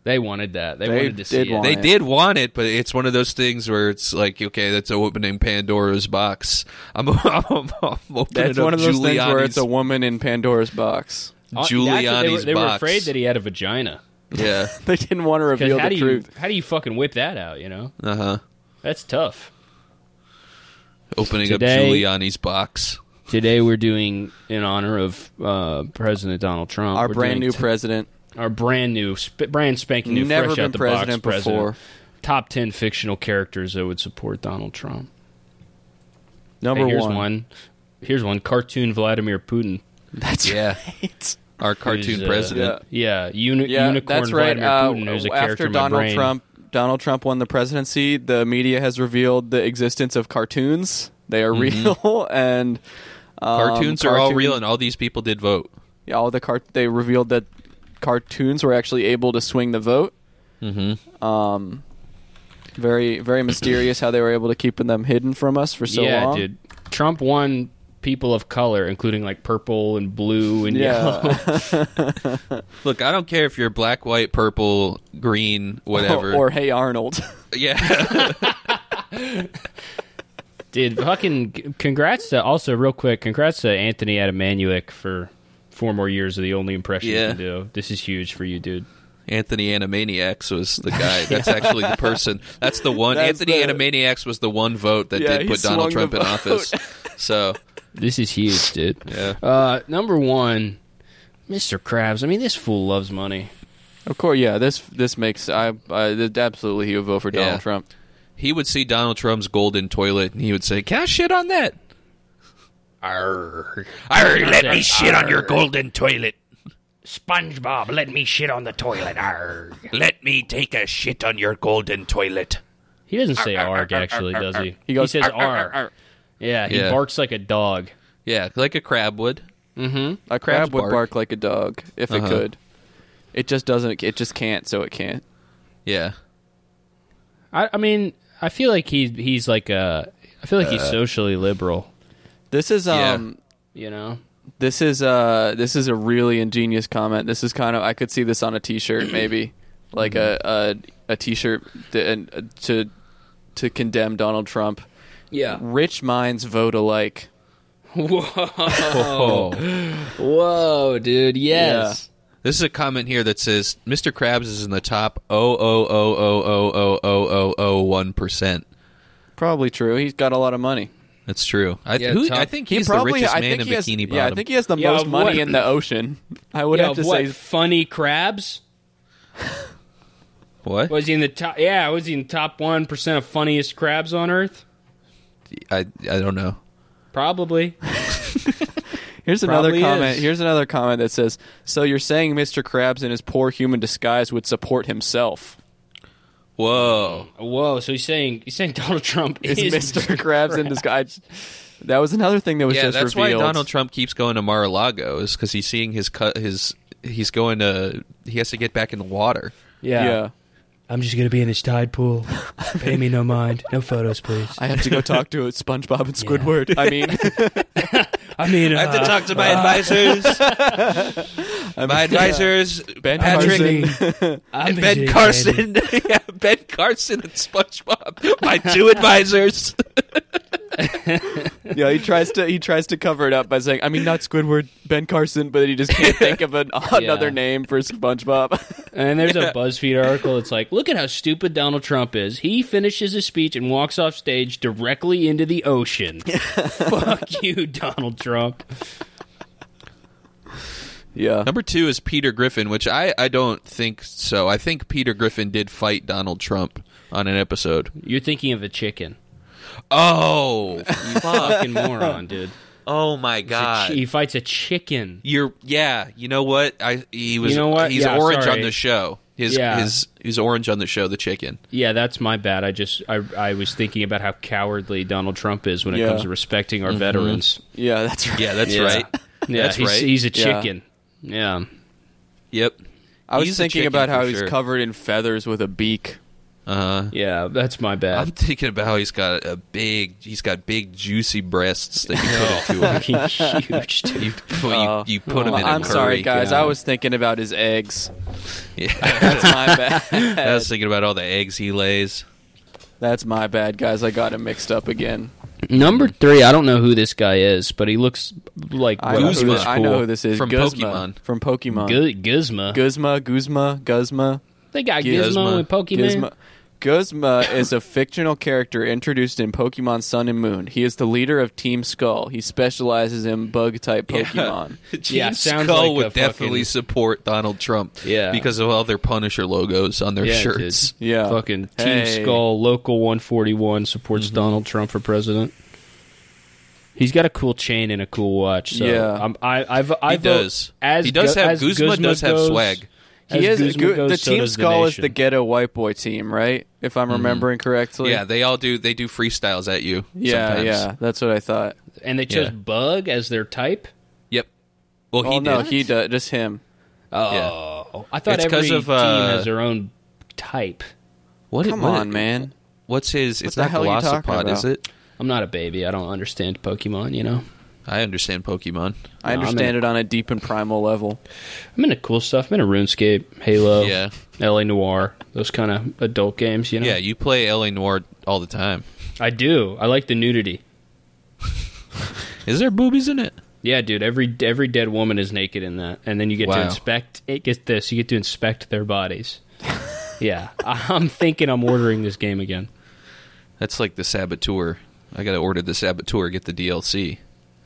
Speaker 5: They wanted that. They,
Speaker 4: They
Speaker 5: wanted to see
Speaker 4: did
Speaker 5: it.
Speaker 4: want
Speaker 3: They
Speaker 4: Right.
Speaker 3: did want it, but it's one of those things where it's like, okay, that's opening Pandora's box. I'm, I'm, I'm opening
Speaker 4: That's
Speaker 3: up
Speaker 4: one of those
Speaker 3: Giuliani's.
Speaker 4: things where it's a woman in Pandora's box.
Speaker 5: Uh, that's what They were,
Speaker 3: Giuliani's
Speaker 5: they were
Speaker 3: box.
Speaker 5: afraid that he had a vagina.
Speaker 3: yeah,
Speaker 4: They didn't want to
Speaker 5: Because
Speaker 4: reveal
Speaker 5: how
Speaker 4: the
Speaker 5: do
Speaker 4: truth.
Speaker 5: you how do you fucking whip that out? You know,
Speaker 3: uh huh.
Speaker 5: that's tough.
Speaker 3: Opening
Speaker 5: Today-
Speaker 3: up Giuliani's box.
Speaker 5: Today we're doing in honor of uh, President Donald Trump.
Speaker 4: Our
Speaker 5: We're
Speaker 4: brand new
Speaker 5: doing t-
Speaker 4: president.
Speaker 5: our brand new, sp- brand spanking new,
Speaker 4: Never
Speaker 5: fresh
Speaker 4: been
Speaker 5: out the
Speaker 4: president
Speaker 5: box president.
Speaker 4: before.
Speaker 5: Top ten fictional characters that would support Donald Trump. Hey,
Speaker 4: Number
Speaker 5: here's
Speaker 4: one.
Speaker 5: Here's one. Cartoon Vladimir Putin.
Speaker 4: That's
Speaker 3: Yeah,
Speaker 4: right.
Speaker 3: our cartoon
Speaker 5: Who's, uh,
Speaker 3: president.
Speaker 5: Yeah, uni-
Speaker 4: Yeah,
Speaker 5: unicorn
Speaker 4: that's right.
Speaker 5: Vladimir
Speaker 4: Uh,
Speaker 5: Putin. Who's a character
Speaker 4: after
Speaker 5: in my
Speaker 4: Donald
Speaker 5: brain.
Speaker 4: Trump, Donald Trump won the presidency. The media has revealed the existence of cartoons. They are
Speaker 5: Mm-hmm.
Speaker 4: real, and um,
Speaker 3: Cartoons are all
Speaker 4: cartoon-
Speaker 3: real, and all these people did vote.
Speaker 4: Yeah, all the cart. They revealed that cartoons were actually able to swing the vote. Mm-hmm. Um, very, very mysterious how they were able to keeping them hidden from us for so
Speaker 5: yeah,
Speaker 4: long.
Speaker 5: dude. Trump won people of color, including like purple and blue and yellow.
Speaker 4: Yeah,
Speaker 3: Look, I don't care if you're black, white, purple, green, whatever.
Speaker 4: or, or Hey Arnold.
Speaker 3: yeah,
Speaker 5: Dude, fucking congrats to also real quick, congrats to Anthony Adamanuik for four more years of the only impression you
Speaker 3: Yeah.
Speaker 5: can do. This is huge for you, dude.
Speaker 3: Anthony Animaniacs was the guy. That's actually the person. That's the one.
Speaker 4: That's
Speaker 3: Anthony
Speaker 4: the-
Speaker 3: Animaniacs was the one vote that
Speaker 4: Yeah,
Speaker 3: did
Speaker 4: he
Speaker 3: put Donald
Speaker 4: swung
Speaker 3: Trump
Speaker 4: the
Speaker 3: in office. So
Speaker 5: This is huge, dude. Uh, number one, Mr. Krabs. I mean, this fool loves money.
Speaker 4: of course, yeah. This this makes I, I that- absolutely he would vote for Donald
Speaker 3: Yeah.
Speaker 4: Trump.
Speaker 3: he would see Donald Trump's golden toilet and he would say, "Can I shit on that?"
Speaker 7: Arr.
Speaker 3: Arr, let
Speaker 7: me shit on your
Speaker 3: golden toilet.
Speaker 7: SpongeBob, let me shit on the toilet. Arr. Let me take a shit on your golden toilet.
Speaker 5: He doesn't say arg, actually, does he?
Speaker 4: He goes,
Speaker 5: says
Speaker 4: "Arr, arr,
Speaker 5: "arg." Yeah, he
Speaker 3: Yeah.
Speaker 5: barks like a dog.
Speaker 3: Yeah, like a crab would.
Speaker 4: A crab would
Speaker 3: bark.
Speaker 4: bark. like a dog if
Speaker 3: Uh-huh.
Speaker 4: it could. It just doesn't. It just can't. So it can't.
Speaker 3: Yeah,
Speaker 5: I, I mean, I feel like he's he's like a. I feel like
Speaker 4: Uh.
Speaker 5: he's socially liberal.
Speaker 4: This is
Speaker 3: Yeah.
Speaker 4: um.
Speaker 5: You know,
Speaker 4: This is uh. This is a really ingenious comment. This is kind of. I could see this on a T-shirt maybe, like a a a T-shirt to, and- to to condemn Donald Trump.
Speaker 5: Yeah.
Speaker 4: Rich minds vote alike. Oh.
Speaker 3: Oh.
Speaker 5: Whoa, dude!
Speaker 4: yes.
Speaker 3: This is a comment here that says Mr. Krabs is in the top 0.000000001%.
Speaker 4: Probably true. He's got a lot of money.
Speaker 3: That's true. I,
Speaker 5: Yeah,
Speaker 3: who,
Speaker 5: top-
Speaker 3: I think
Speaker 4: He
Speaker 3: he's
Speaker 4: probably.
Speaker 3: the richest
Speaker 4: I
Speaker 3: man
Speaker 4: think
Speaker 3: in
Speaker 4: he has,
Speaker 3: Bikini Bottom.
Speaker 4: Yeah, I think he has the
Speaker 5: Yeah,
Speaker 4: most
Speaker 5: of
Speaker 4: money
Speaker 5: what?
Speaker 4: in the ocean. I would
Speaker 5: Yeah,
Speaker 4: have to
Speaker 5: what,
Speaker 4: say.
Speaker 5: funny crabs?
Speaker 3: what?
Speaker 5: Was he in the top? Yeah, was he in the top one percent of funniest crabs on Earth?
Speaker 3: I, I don't know.
Speaker 5: Probably.
Speaker 4: Here's another
Speaker 5: Probably
Speaker 4: comment.
Speaker 5: is.
Speaker 4: Here's another comment that says, "So you're saying Mr. Krabs in his poor human disguise would support himself?"
Speaker 3: Whoa.
Speaker 5: Whoa! So he's saying he's saying Donald Trump is,
Speaker 4: Is Mr. Krabs in disguise? That was another thing that was
Speaker 3: Yeah,
Speaker 4: just
Speaker 3: that's
Speaker 4: revealed.
Speaker 3: why Donald Trump keeps going to Mar-a-Lago is because he's seeing his cut. His he's going to he has to get back in the water.
Speaker 4: Yeah.
Speaker 8: I'm just gonna be in this tide pool. Pay me no mind. No photos, please.
Speaker 4: I have to go talk to SpongeBob and Squidward. I mean,
Speaker 8: I mean, uh,
Speaker 3: talk to my advisors. my advisors,
Speaker 4: Ben
Speaker 3: Patrick
Speaker 8: Carson.
Speaker 3: and
Speaker 8: I'm
Speaker 3: Ben
Speaker 8: busy, baby.
Speaker 3: Carson. yeah, Ben Carson and SpongeBob. My two advisors.
Speaker 4: yeah, he tries to he tries to cover it up by saying, "I mean, not Squidward, Ben Carson," but then he just can't think of an, another name for SpongeBob.
Speaker 5: And there's a BuzzFeed article. It's like, look at how stupid Donald Trump is. He finishes his speech and walks off stage directly into the ocean. Fuck you, Donald Trump.
Speaker 4: yeah,
Speaker 3: Number two is Peter Griffin, which I, I don't think so. I think Peter Griffin did fight Donald Trump on an episode.
Speaker 5: You're thinking of a chicken.
Speaker 3: Oh, fuck.
Speaker 5: Fucking moron, dude.
Speaker 3: oh my
Speaker 5: Chi-
Speaker 3: god.
Speaker 5: He fights a chicken.
Speaker 3: You're yeah. You know what? I he was.
Speaker 5: You know what?
Speaker 3: He's
Speaker 5: Yeah,
Speaker 3: orange
Speaker 5: sorry.
Speaker 3: on the show. His
Speaker 5: Yeah.
Speaker 3: his he's orange on the show. The chicken.
Speaker 5: Yeah, that's my bad. I just I I was thinking about how cowardly Donald Trump is when it
Speaker 4: Yeah.
Speaker 5: comes to respecting our veterans.
Speaker 4: Yeah, that's right.
Speaker 3: Yeah, that's
Speaker 4: Yeah.
Speaker 3: right.
Speaker 5: Yeah,
Speaker 3: Mm-hmm. That's
Speaker 5: he's,
Speaker 3: right.
Speaker 5: he's a
Speaker 4: Yeah.
Speaker 5: chicken. Yeah.
Speaker 3: Yep.
Speaker 4: I was
Speaker 3: He's a
Speaker 4: thinking
Speaker 3: chicken
Speaker 4: about how
Speaker 3: for
Speaker 4: he's
Speaker 3: sure.
Speaker 4: covered in feathers with a beak.
Speaker 3: Uh,
Speaker 5: Yeah, that's my
Speaker 3: I'm
Speaker 5: bad.
Speaker 3: thinking about how he's got a big. He's got big juicy breasts that you put into him.
Speaker 5: huge. dude.
Speaker 3: You put,
Speaker 4: Oh.
Speaker 3: you, you put him in a
Speaker 4: I'm sorry,
Speaker 3: curry.
Speaker 4: guys.
Speaker 5: Yeah.
Speaker 4: I was thinking about his eggs.
Speaker 3: Yeah.
Speaker 4: That's my bad.
Speaker 3: I was thinking about all the eggs he lays.
Speaker 4: That's my bad, guys. I got it mixed up again.
Speaker 5: Number three, I don't know who this guy is, but he looks like
Speaker 4: I know, who
Speaker 3: Guzma's
Speaker 4: this, I know
Speaker 3: cool.
Speaker 4: who this is.
Speaker 3: From
Speaker 4: Guzma.
Speaker 3: Pokemon.
Speaker 4: From Pokemon.
Speaker 5: Gu- Guzma.
Speaker 4: Guzma, Guzma, Guzma,
Speaker 5: they got
Speaker 4: Gizmo.
Speaker 5: Gizmo and Pokemon.
Speaker 4: Guzma. Guzma is a fictional character introduced in Pokemon Sun and Moon. He is the leader of Team Skull. He specializes in bug type Pokemon.
Speaker 3: Team
Speaker 5: Yeah, sounds
Speaker 3: Skull
Speaker 5: like a
Speaker 3: would definitely
Speaker 5: fucking-
Speaker 3: support Donald Trump.
Speaker 5: Yeah.
Speaker 3: Because of all their Punisher logos on their
Speaker 5: Yeah,
Speaker 3: shirts.
Speaker 5: dude.
Speaker 4: Yeah.
Speaker 5: Fucking Team
Speaker 4: Hey. Mm-hmm.
Speaker 5: Skull, Local 141 supports Donald Trump for president. He's got a cool chain and a cool watch. So
Speaker 4: Yeah.
Speaker 5: I'm, I, I've, I
Speaker 3: He
Speaker 5: vote
Speaker 3: does.
Speaker 5: As
Speaker 3: he does
Speaker 5: Gu-
Speaker 3: have
Speaker 5: as
Speaker 3: Guzma, does have
Speaker 5: goes-
Speaker 3: swag.
Speaker 4: He
Speaker 5: as
Speaker 4: is
Speaker 5: Guzma
Speaker 4: Gu-
Speaker 5: goes,
Speaker 4: the
Speaker 5: so
Speaker 4: Team
Speaker 5: does
Speaker 4: Skull is the
Speaker 5: nation.
Speaker 4: ghetto white boy team, right? If I'm remembering correctly.
Speaker 3: Mm-hmm. Yeah, they all do. They do freestyles at you.
Speaker 4: yeah,
Speaker 3: sometimes.
Speaker 4: yeah. That's what I thought.
Speaker 5: and they chose
Speaker 3: Yeah.
Speaker 5: Bug as their type.
Speaker 3: Yep. Well, he
Speaker 4: oh no,
Speaker 3: did.
Speaker 4: he does. Just him.
Speaker 3: Yeah.
Speaker 5: Oh, I thought
Speaker 3: It's 'cause
Speaker 5: every
Speaker 3: of,
Speaker 5: team
Speaker 3: uh,
Speaker 5: has their own type.
Speaker 3: What?
Speaker 4: Come
Speaker 3: what-
Speaker 4: on, man.
Speaker 3: What's his? It's
Speaker 4: the
Speaker 3: not
Speaker 4: hell are you talking
Speaker 3: Glossopod, is
Speaker 4: about?
Speaker 3: it?
Speaker 5: I'm not a baby. I don't understand Pokemon. You know,
Speaker 3: I understand Pokemon.
Speaker 4: I
Speaker 5: No, I'm
Speaker 4: understand it
Speaker 5: in-
Speaker 4: on a deep and primal level.
Speaker 5: I'm into cool stuff. I'm into RuneScape,
Speaker 4: Oh.
Speaker 5: Halo,
Speaker 3: Yeah.
Speaker 5: L.A. Noir, those kind of adult games. You know,
Speaker 3: Yeah, you play LA Noir all the time.
Speaker 5: I do. I like the nudity.
Speaker 3: Is there boobies in it?
Speaker 5: Yeah, dude. Every every dead woman is naked in that, and then you get to
Speaker 3: Wow.
Speaker 5: inspect. It gets this. You get to inspect their bodies. yeah, I'm thinking I'm ordering this game again.
Speaker 3: That's like the Saboteur. I gotta order the Saboteur. Get the DLC.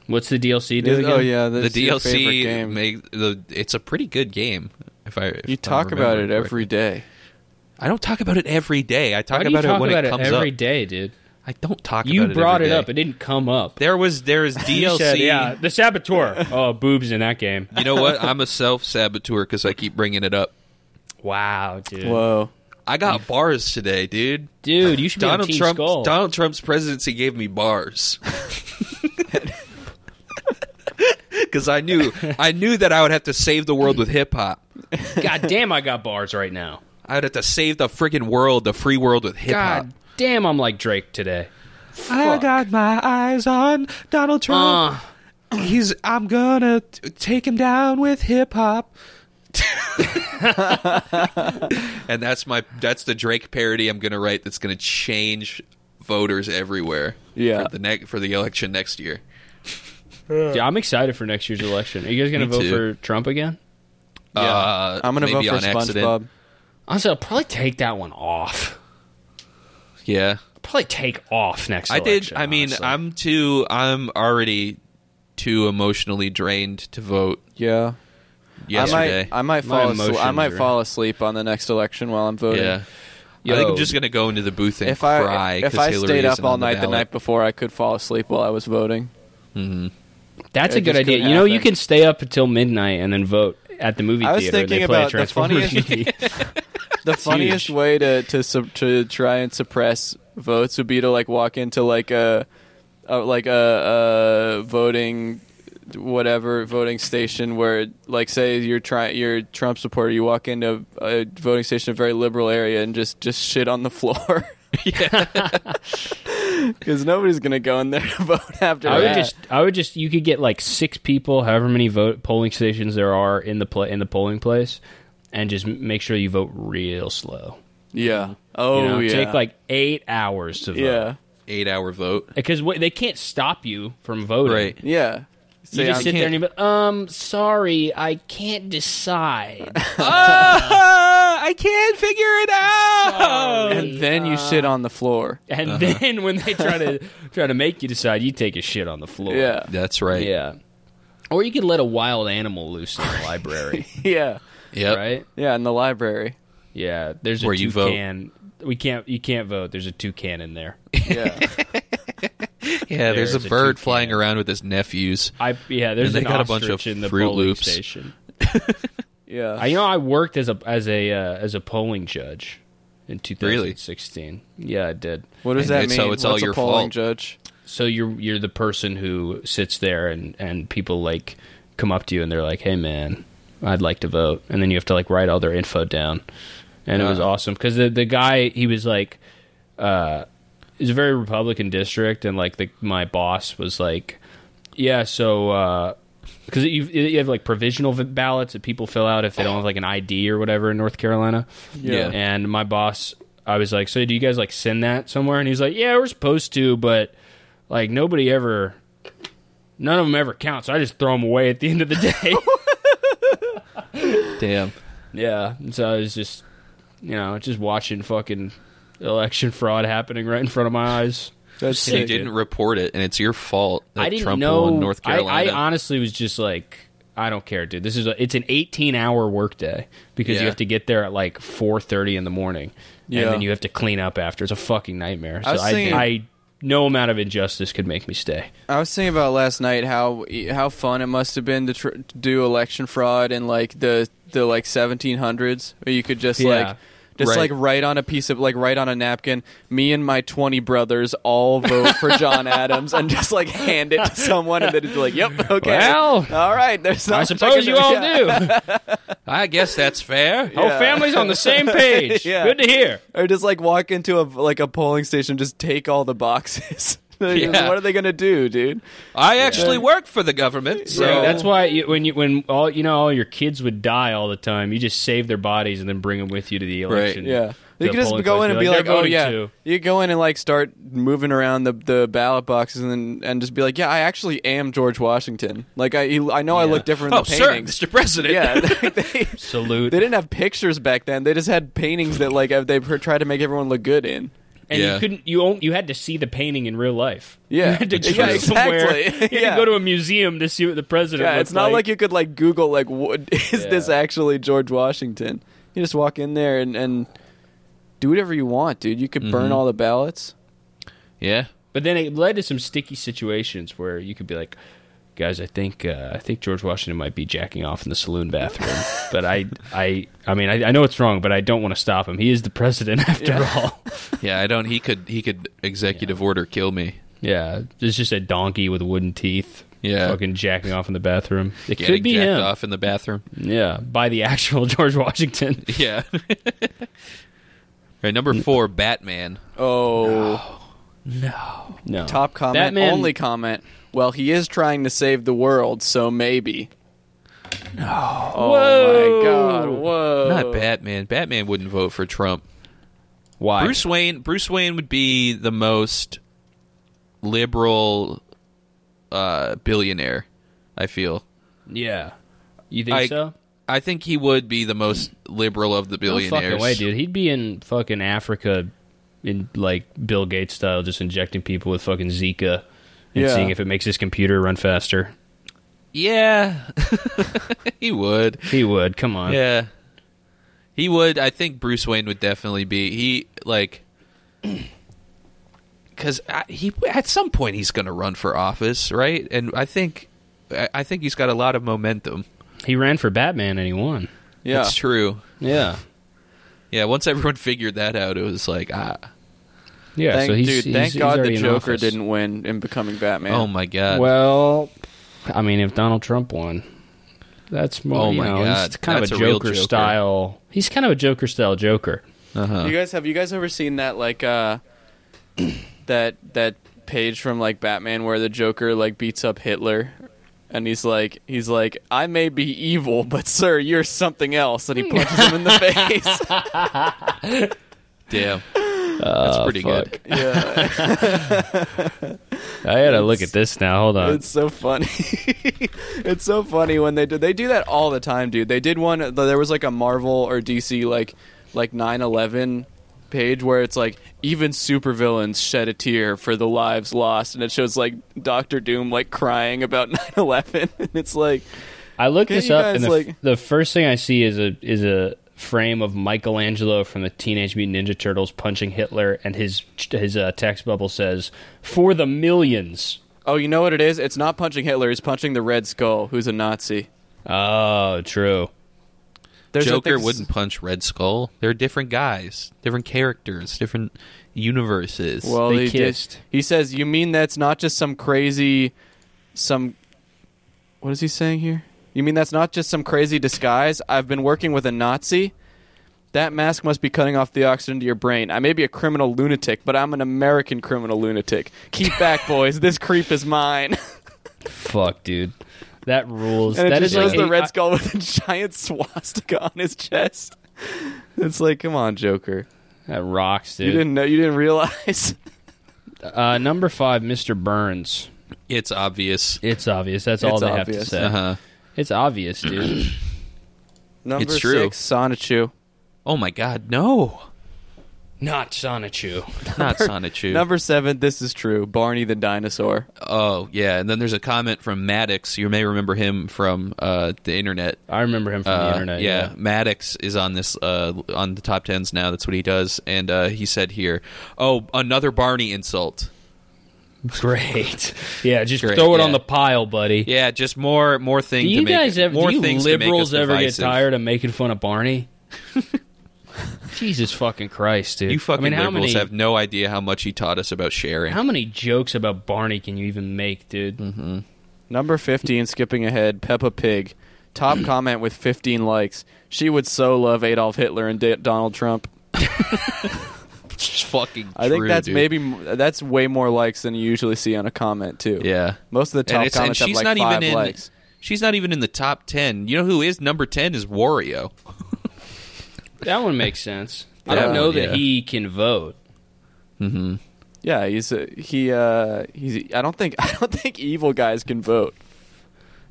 Speaker 5: What's the DLC do again?
Speaker 4: oh yeah,
Speaker 3: The
Speaker 4: that's your favorite
Speaker 3: DLC
Speaker 4: game.
Speaker 3: make the. It's a pretty good game. If I if
Speaker 4: you
Speaker 3: I'm
Speaker 4: talk about it
Speaker 3: remembering
Speaker 4: every day.
Speaker 3: correctly. I don't talk about it every day. I talk
Speaker 5: Why do you
Speaker 3: about
Speaker 5: talk
Speaker 3: it when
Speaker 5: about
Speaker 3: it
Speaker 5: it every
Speaker 3: comes
Speaker 5: day,
Speaker 3: up.
Speaker 5: dude?
Speaker 3: I don't talk.
Speaker 5: You
Speaker 3: about
Speaker 5: brought
Speaker 3: it,
Speaker 5: it
Speaker 3: every
Speaker 5: up.
Speaker 3: day.
Speaker 5: It didn't come up.
Speaker 3: There was there is DLC.
Speaker 5: You said, yeah, the saboteur. Oh, boobs in that game.
Speaker 3: You know what? I'm a self saboteur because I keep bringing it up.
Speaker 5: Wow, dude.
Speaker 4: Whoa.
Speaker 3: I got bars today, dude.
Speaker 5: Dude, you should be on
Speaker 3: Donald
Speaker 5: Team
Speaker 3: Trump.
Speaker 5: Skull.
Speaker 3: Donald Trump's presidency gave me bars. Because I knew I knew that I would have to save the world with hip hop.
Speaker 5: God damn, I got bars right now.
Speaker 3: I'd have to save the friggin' world, the free world with hip hop.
Speaker 5: God damn, I'm like Drake today.
Speaker 3: I got my eyes on Donald Trump.
Speaker 5: Uh,
Speaker 3: He's. I'm gonna t- take him down with hip hop. and that's my. That's the Drake parody I'm gonna write. That's gonna change voters everywhere.
Speaker 4: Yeah.
Speaker 3: For the next for the election next year.
Speaker 5: yeah, I'm excited for next year's election. Are you guys going to
Speaker 3: Me
Speaker 5: vote
Speaker 3: too.
Speaker 5: for Trump again?
Speaker 3: Yeah. Uh,
Speaker 4: I'm gonna vote
Speaker 3: maybe
Speaker 4: for
Speaker 3: on accident.
Speaker 4: SpongeBob.
Speaker 5: Honestly, I'll probably take that one off.
Speaker 3: Yeah.
Speaker 5: Probably take off next.
Speaker 3: I did.
Speaker 5: election,
Speaker 3: I mean,
Speaker 5: honestly.
Speaker 3: I'm too. I'm already too emotionally drained to vote
Speaker 4: Yeah.
Speaker 3: yesterday.
Speaker 4: I might I might fall asleep, I
Speaker 5: emotions
Speaker 4: might
Speaker 5: are-
Speaker 4: fall asleep on the next election while I'm voting.
Speaker 3: yeah. I think
Speaker 5: Yo.
Speaker 3: I'm just gonna go into the booth and
Speaker 4: If I
Speaker 3: cry.
Speaker 4: if
Speaker 3: 'cause
Speaker 4: I
Speaker 3: Hillary
Speaker 4: stayed up
Speaker 3: isn't
Speaker 4: all
Speaker 3: on
Speaker 4: night the
Speaker 3: ballot.
Speaker 4: night before, I could fall asleep while I was voting.
Speaker 5: That's
Speaker 4: it
Speaker 5: a good
Speaker 4: just
Speaker 5: idea.
Speaker 4: couldn't
Speaker 5: You know, you
Speaker 4: happen.
Speaker 5: can stay up until midnight and then vote at the movie
Speaker 4: I was
Speaker 5: theater. and they
Speaker 4: thinking
Speaker 5: play
Speaker 4: about the
Speaker 5: Transformers
Speaker 4: funniest-
Speaker 5: movie.
Speaker 4: The funniest
Speaker 5: huge.
Speaker 4: way to to sub, to try and suppress votes would be to like walk into like a, a like a, a voting whatever voting station where like say you're try you're a Trump supporter you walk into a voting station in a very liberal area and just just shit on the floor. Because nobody's gonna go in there to vote after
Speaker 5: I would
Speaker 4: that.
Speaker 5: just, I would just, you could get like six people, however many vote polling stations there are in the pla in the polling place, and just m- make sure you vote real slow.
Speaker 4: yeah.
Speaker 5: You
Speaker 4: Oh
Speaker 5: know?
Speaker 4: yeah.
Speaker 5: take like eight hours to vote.
Speaker 4: yeah
Speaker 3: eight hour vote.
Speaker 5: because wh- they can't stop you from voting.
Speaker 3: Right.
Speaker 4: yeah.
Speaker 5: You
Speaker 4: Say
Speaker 5: just
Speaker 4: I'm-
Speaker 5: sit there and you be, um, sorry, I can't decide.
Speaker 3: uh, I can't figure it out.
Speaker 4: and then you shit on the floor.
Speaker 5: and
Speaker 3: Uh-huh.
Speaker 5: then when they try to try to make you decide, you take a shit on the floor.
Speaker 4: Yeah.
Speaker 3: That's right.
Speaker 5: yeah. Or you could let a wild animal loose in the library,
Speaker 4: Yeah.
Speaker 3: Yep.
Speaker 5: right?
Speaker 4: Yeah, in the library.
Speaker 5: Yeah, there's a
Speaker 3: Where you vote.
Speaker 5: toucan we can't you can't vote. There's a toucan in there.
Speaker 4: Yeah.
Speaker 3: Yeah, there's,
Speaker 5: There's
Speaker 3: a
Speaker 5: a
Speaker 3: bird
Speaker 5: toucan.
Speaker 3: flying around with his nephews.
Speaker 5: I yeah, there's
Speaker 3: they
Speaker 5: an
Speaker 3: got a bunch
Speaker 5: ostrich
Speaker 3: of
Speaker 5: in the
Speaker 3: Froot
Speaker 5: polling
Speaker 3: Loops.
Speaker 5: station.
Speaker 4: yeah.
Speaker 5: I you know I worked as a as a uh, as a polling judge in
Speaker 3: Really?
Speaker 5: 2016. Yeah, I did.
Speaker 4: what
Speaker 3: And
Speaker 4: does that
Speaker 3: it's-
Speaker 4: mean?
Speaker 3: so it's all
Speaker 4: What's a
Speaker 3: your
Speaker 4: polling
Speaker 3: fault.
Speaker 4: judge?
Speaker 5: So you're you're the person who sits there and and people like come up to you and they're like, "Hey man, I'd like to vote." And then you have to like write all their info down. And it was awesome cuz the the guy he was like it's a very Republican district, and like the, my boss was like, "Yeah, so because you you have like provisional v- ballots that people fill out if they don't have like an ID or whatever in North Carolina."
Speaker 3: Yeah.
Speaker 5: And my boss, I was like, "So do you guys like send that somewhere?" And he's like, "Yeah, we're supposed to, but like nobody ever, none of them ever count. So I just throw them away at the end of the day."
Speaker 3: Damn.
Speaker 5: yeah. And so I was just, you know, just watching fucking election fraud happening right in front of my eyes.
Speaker 4: That's
Speaker 3: You
Speaker 4: sick.
Speaker 3: didn't report it, and it's your fault that
Speaker 5: I didn't
Speaker 3: Trump
Speaker 5: know.
Speaker 3: won North
Speaker 5: I-
Speaker 3: Carolina.
Speaker 5: I, honestly was just like, I don't care, dude. This is a, it's an eighteen-hour workday because
Speaker 3: Yeah.
Speaker 5: you have to get there at like four thirty in the morning,
Speaker 4: Yeah.
Speaker 5: and then you have to clean up after. It's a fucking nightmare. So
Speaker 4: I
Speaker 5: I,
Speaker 4: was thinking-
Speaker 5: I no amount of injustice could make me stay.
Speaker 4: I was thinking about last night how how fun it must have been to tr- to do election fraud in like the the like 1700s where you could just
Speaker 5: Yeah.
Speaker 4: like just
Speaker 3: Right.
Speaker 4: like write on a piece of like write on a napkin me and my 20 brothers all vote for John Adams and just like hand it to someone and then it's like yep okay
Speaker 5: Well,
Speaker 4: all right there's not
Speaker 5: I
Speaker 4: much
Speaker 5: suppose
Speaker 4: can
Speaker 5: you all
Speaker 4: yeah.
Speaker 5: do. Whole
Speaker 3: I guess that's fair.
Speaker 5: Oh. family's on the same page.
Speaker 4: Yeah.
Speaker 5: Good to hear.
Speaker 4: or just like walk into a like a polling station just take all the boxes Like,
Speaker 3: Yeah.
Speaker 4: what are they going to do dude
Speaker 3: I actually work for the government, so
Speaker 5: So that's why you, when you when all you know all your kids would die all the time, you just save their bodies and then bring them with you to the
Speaker 3: Right.
Speaker 5: election.
Speaker 4: Yeah.
Speaker 5: the
Speaker 4: You could just
Speaker 5: polling
Speaker 4: go
Speaker 5: place,
Speaker 4: in and be like,
Speaker 5: "They're
Speaker 4: oh
Speaker 5: voting
Speaker 4: yeah.
Speaker 5: too."
Speaker 4: You go in and like start moving around the, the ballot boxes and then- and just be like, yeah, I actually am George Washington. Like I he- I know I look different in
Speaker 3: Oh,
Speaker 4: the
Speaker 3: sir,
Speaker 4: paintings.
Speaker 3: Mr. President.
Speaker 4: yeah, they, they
Speaker 5: salute.
Speaker 4: didn't have pictures back then. They just had paintings that like they pr- tried to make everyone look good in.
Speaker 5: and
Speaker 3: Yeah.
Speaker 5: you couldn't you on- you had to see the painting in real life.
Speaker 4: Yeah.
Speaker 5: you had to
Speaker 4: It's
Speaker 5: go
Speaker 4: true.
Speaker 5: somewhere.
Speaker 4: Exactly.
Speaker 5: You had
Speaker 4: Yeah.
Speaker 5: to go to a museum to see what the president.
Speaker 4: Yeah,
Speaker 5: looked
Speaker 4: it's not like, you could like Google like, what is this actually George Washington? You just walk in there and and do whatever you want, dude. You could
Speaker 5: Mm-hmm.
Speaker 4: burn all the ballots.
Speaker 3: Yeah.
Speaker 5: But then it led to some sticky situations where you could be like, guys, I think uh, I think George Washington might be jacking off in the saloon bathroom, but I I I mean I, I know it's wrong, but I don't want to stop him. He is the president after all.
Speaker 3: Yeah, I don't he could he could executive order kill me.
Speaker 5: Yeah, it's just a donkey with wooden teeth.
Speaker 3: Yeah.
Speaker 5: fucking jacking off in the bathroom. It
Speaker 3: Getting
Speaker 5: could be
Speaker 3: jacked
Speaker 5: him.
Speaker 3: off in the bathroom.
Speaker 5: Yeah, by the actual George Washington.
Speaker 3: Yeah. right, number four, Batman.
Speaker 4: Oh.
Speaker 5: No
Speaker 4: Top comment,
Speaker 5: Batman-
Speaker 4: only comment. Well, he is trying to save the world, so maybe. No. Oh my god.
Speaker 5: Oh.
Speaker 4: Whoa.
Speaker 3: Not Batman. Batman wouldn't vote for Trump.
Speaker 5: Why?
Speaker 3: Bruce Wayne. Bruce Wayne would be the most liberal uh, billionaire. I feel.
Speaker 5: Yeah. You think
Speaker 3: I-
Speaker 5: so?
Speaker 3: I think he would be the most liberal of the
Speaker 5: No
Speaker 3: billionaires.
Speaker 5: fucking way, dude. He'd be in fucking Africa in like Bill Gates style, just injecting people with fucking Zika and
Speaker 4: Yeah.
Speaker 5: seeing if it makes his computer run faster.
Speaker 3: Yeah, he would.
Speaker 5: He would. Come on.
Speaker 3: Yeah, he would. I think Bruce Wayne would definitely be. He like because he at some point he's going to run for office, right? And I think I I think he's got a lot of momentum.
Speaker 5: He ran for Batman and he won.
Speaker 4: Yeah.
Speaker 3: It's true.
Speaker 5: Yeah.
Speaker 3: Yeah, once everyone figured that out, it was like, ah,
Speaker 5: Yeah.
Speaker 4: Thank,
Speaker 5: so he's,
Speaker 4: dude,
Speaker 5: he's-
Speaker 4: thank
Speaker 5: he's
Speaker 4: God
Speaker 5: already
Speaker 4: the
Speaker 5: in
Speaker 4: Joker
Speaker 5: office.
Speaker 4: didn't win in becoming Batman.
Speaker 3: oh my god.
Speaker 5: Well, I mean, if Donald Trump won, that's more.
Speaker 3: Oh
Speaker 5: you
Speaker 3: my
Speaker 5: know,
Speaker 3: God,
Speaker 5: He's kind
Speaker 3: that's
Speaker 5: of
Speaker 3: a
Speaker 5: a
Speaker 3: real
Speaker 5: Joker
Speaker 3: Joker.
Speaker 5: style. He's kind of a Joker style Joker.
Speaker 4: You guys have you guys ever seen that like uh that that page from like Batman where the Joker like beats up Hitler? And he's like, he's like, I may be evil, but sir, you're something else. And he punches him in the face.
Speaker 3: Damn, that's pretty good.
Speaker 4: yeah,
Speaker 5: I gotta look at this now. Hold on.
Speaker 4: It's so funny. it's so funny when they do. They do that all the time, dude. They did one. There was like a Marvel or DC like like nine eleven page where it's like even supervillains shed a tear for the lives lost, and it shows like Doctor Doom like crying about 9-11. and it's like
Speaker 5: I looked
Speaker 4: Can
Speaker 5: this
Speaker 4: you
Speaker 5: up,
Speaker 4: guys,
Speaker 5: and the, f-
Speaker 4: like-
Speaker 5: the first thing I see is a is a frame of Michelangelo from the Teenage Mutant Ninja Turtles punching Hitler, and his his uh, text bubble says, "For the millions.
Speaker 4: Oh, you know what it is? It's not punching Hitler. It's punching the Red Skull, who's a Nazi.
Speaker 5: Oh, true.
Speaker 4: There's a
Speaker 3: Joker
Speaker 4: thing-
Speaker 3: wouldn't punch Red Skull. They're different guys, different characters, different universes.
Speaker 4: Well,
Speaker 5: They
Speaker 4: he did-
Speaker 5: kissed.
Speaker 4: he says, "You mean that's not just some crazy, some. What is he saying here? You mean that's not just some crazy disguise? I've been working with a Nazi. That mask must be cutting off the oxygen to your brain. I may be a criminal lunatic, but I'm an American criminal lunatic. Keep back, boys. This creep is mine.
Speaker 5: Fuck, dude. That rules.
Speaker 4: and it
Speaker 5: that
Speaker 4: just
Speaker 5: is
Speaker 4: shows
Speaker 5: like
Speaker 4: the
Speaker 5: eight-
Speaker 4: Red Skull with a giant swastika on his chest. It's like, come on, Joker.
Speaker 5: That rocks,
Speaker 4: You
Speaker 5: dude.
Speaker 4: didn't know. You didn't realize.
Speaker 5: Uh, number five, Mr. Burns.
Speaker 3: it's obvious.
Speaker 5: It's obvious. That's all
Speaker 4: It's
Speaker 5: they have
Speaker 4: obvious.
Speaker 5: to say.
Speaker 3: Uh-huh.
Speaker 5: It's obvious, dude.
Speaker 4: Number
Speaker 3: It's true.
Speaker 4: six, Sonichu.
Speaker 3: Oh my god, no.
Speaker 5: Not Sonichu.
Speaker 3: Not Sonichu.
Speaker 4: Number seven, this is true. Barney the dinosaur.
Speaker 3: Oh, yeah. And then there's a comment from Maddox. You may remember him from uh, the internet.
Speaker 5: I remember him from
Speaker 3: Uh,
Speaker 5: the internet.
Speaker 3: yeah, Maddox is on this uh, on the top tens now. That's what he does, and uh, he said here, "Oh, another Barney insult."
Speaker 5: Great. Yeah, just
Speaker 3: Great,
Speaker 5: throw it
Speaker 3: yeah.
Speaker 5: on the pile, buddy.
Speaker 3: Yeah, just more more thing.
Speaker 5: Do
Speaker 3: to
Speaker 5: you
Speaker 3: make,
Speaker 5: guys ever,
Speaker 3: more
Speaker 5: do you
Speaker 3: things to make
Speaker 5: liberals
Speaker 3: us
Speaker 5: ever get
Speaker 3: divisive.
Speaker 5: tired of making fun of Barney? Jesus fucking Christ, dude.
Speaker 3: You fucking
Speaker 5: I mean, how
Speaker 3: liberals
Speaker 5: many,
Speaker 3: have no idea how much he taught us about sharing.
Speaker 5: how many jokes about Barney can you even make, dude?
Speaker 4: Number 15, skipping ahead, Peppa Pig. Top comment with 15 likes. She would so love Adolf Hitler and D- Donald Trump.
Speaker 3: It's fucking.
Speaker 4: I think
Speaker 3: true,
Speaker 4: that's
Speaker 3: dude.
Speaker 4: maybe m- that's way more likes than you usually see on a comment too.
Speaker 3: Yeah.
Speaker 4: most of the
Speaker 3: and
Speaker 4: top
Speaker 3: it's, and
Speaker 4: comments
Speaker 3: she's
Speaker 4: have
Speaker 3: not
Speaker 4: like five
Speaker 3: even in.
Speaker 4: likes.
Speaker 3: She's not even in the top ten. You know who is number ten is Wario.
Speaker 5: That one makes sense. I
Speaker 3: That
Speaker 5: don't know
Speaker 3: one,
Speaker 5: that
Speaker 3: yeah.
Speaker 5: he can vote.
Speaker 4: Yeah, he's uh, he uh, he's. I don't think I don't think evil guys can vote.